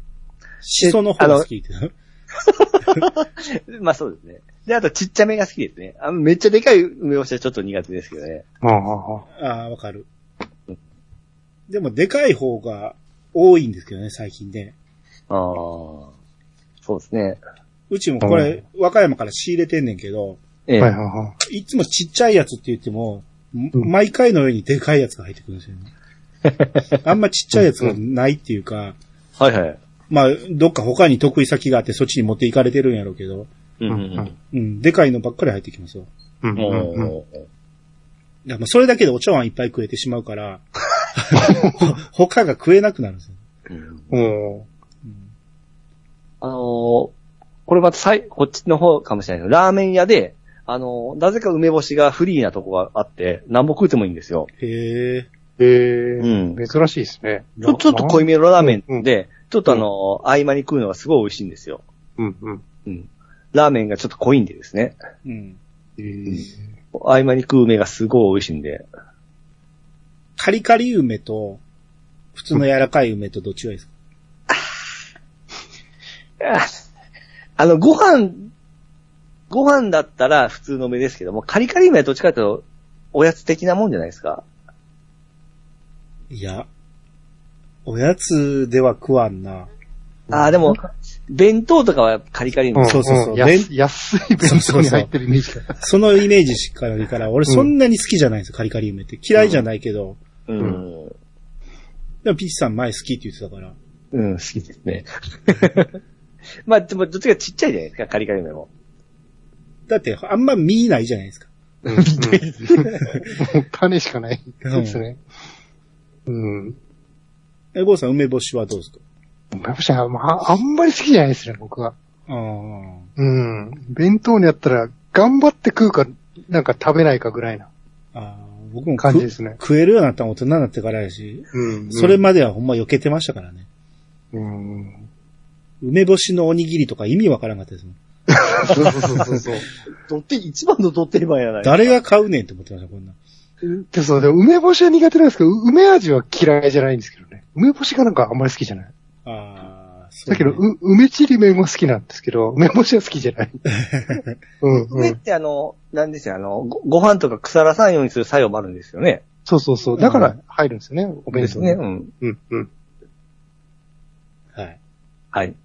S1: シソの方が好きって言ってね。
S3: まあそうですね。で、あとちっちゃめが好きですね。あめっちゃでかい梅干しはちょっと苦手ですけどね。
S6: ああ、
S1: ああ、わかる。でもでかい方が多いんですけどね、最近ね。
S3: ああ。そうですね。
S1: うちもこれ、和歌山から仕入れてんねんけど、
S3: ええ。
S6: はいはいはい
S1: つもちっちゃいやつって言っても、
S6: うん
S1: 毎回のようにでかいやつが入ってくるんですよね。 あんまちっちゃいやつがないっていうか、
S3: はいはい。
S1: まあ、どっか他に得意先があってそっちに持っていかれてるんやろうけど、
S3: うんうん
S1: うん、でかいのばっかり入ってきますよ。
S6: うん
S3: うん。
S6: うんうん
S3: おー
S1: いや、まあ、それだけでお茶碗いっぱい食えてしまうから、 他が食えなくなるんですよ。
S3: うん
S6: う
S1: う
S6: ん
S1: ん
S3: あのーこれまたさい、こっちの方かもしれないけど、ラーメン屋で、あのーなぜか梅干しがフリーなとこがあって、何ぼ食うてもいいんですよ。
S1: へえ。
S6: へ
S3: う
S6: え、
S3: ん。
S6: 珍しいですね。
S3: ちょちょっと濃い
S6: い。
S3: めのラーメンで、ちょっとあのー合間に食うのがすごい美味しいんですよ。
S6: うんうん。
S3: うん。ラーメンがちょっと濃いんでですね。
S1: うん。
S6: へー
S3: 合間に食う梅がすごい美味しいんで。
S1: カリカリ梅と、普通の柔らかい梅とどっちがいいですか
S3: あの、ご飯、ご飯だったら普通の梅ですけども、カリカリ梅はどっちかというと、おやつ的なもんじゃないですか。
S1: いや、おやつでは食わんな。
S3: ああ、でも、弁当とかはカリカリ梅。
S1: そうそうそうん弁
S6: 安安い弁当に入ってるイメージが。
S1: そのイメージしかないから、俺そんなに好きじゃないんですよ、カリカリ梅って。嫌いじゃないけど。
S3: うん。
S1: でもピッチさん前好きって言ってたから。
S3: うん、好きですね。 まあ、でも、どっちかちっちゃいじゃないですか、カリカリ梅も。
S1: だって、あんま見ないじゃないですか。
S6: うんもう種しかないですね。うん。
S1: え、ゴーさん、梅干しはどうですか
S6: 梅干しは、まあ、あんまり好きじゃないですね、僕は。
S1: ああ。
S6: うん。弁当にあったら、頑張って食うか、なんか食べないかぐらいな
S1: あー僕も
S6: 感じで
S1: 食
S6: すね。
S1: 食えるようになったの大人になってからやし、
S6: うん。
S1: それまではほんま避けてましたからね。
S6: うん。
S1: 梅干しのおにぎりとか意味わからんかったですもん。
S6: そうそうそうそう。
S3: どって、一番のどってればやない。
S1: 誰が買うねんって思ってました、こんなん。
S6: で、そうで、梅干しは苦手なんですけど、梅味は嫌いじゃないんですけどね。梅干しがなんかあんまり好きじゃない。
S1: ああ、そう
S6: だ
S1: ね
S6: けど、う、梅ちりめんは好きなんですけど、梅干しは好きじゃ ない。うん、う
S3: 梅っ
S6: ん。
S3: てあの、なんですよ、あの、ごご飯とか腐らさんようにする作用もあるんですよね。
S6: そうそうそう。だから入るんですよね、お弁当に。
S3: うん。
S6: うん、うん。
S1: はい。
S3: はい。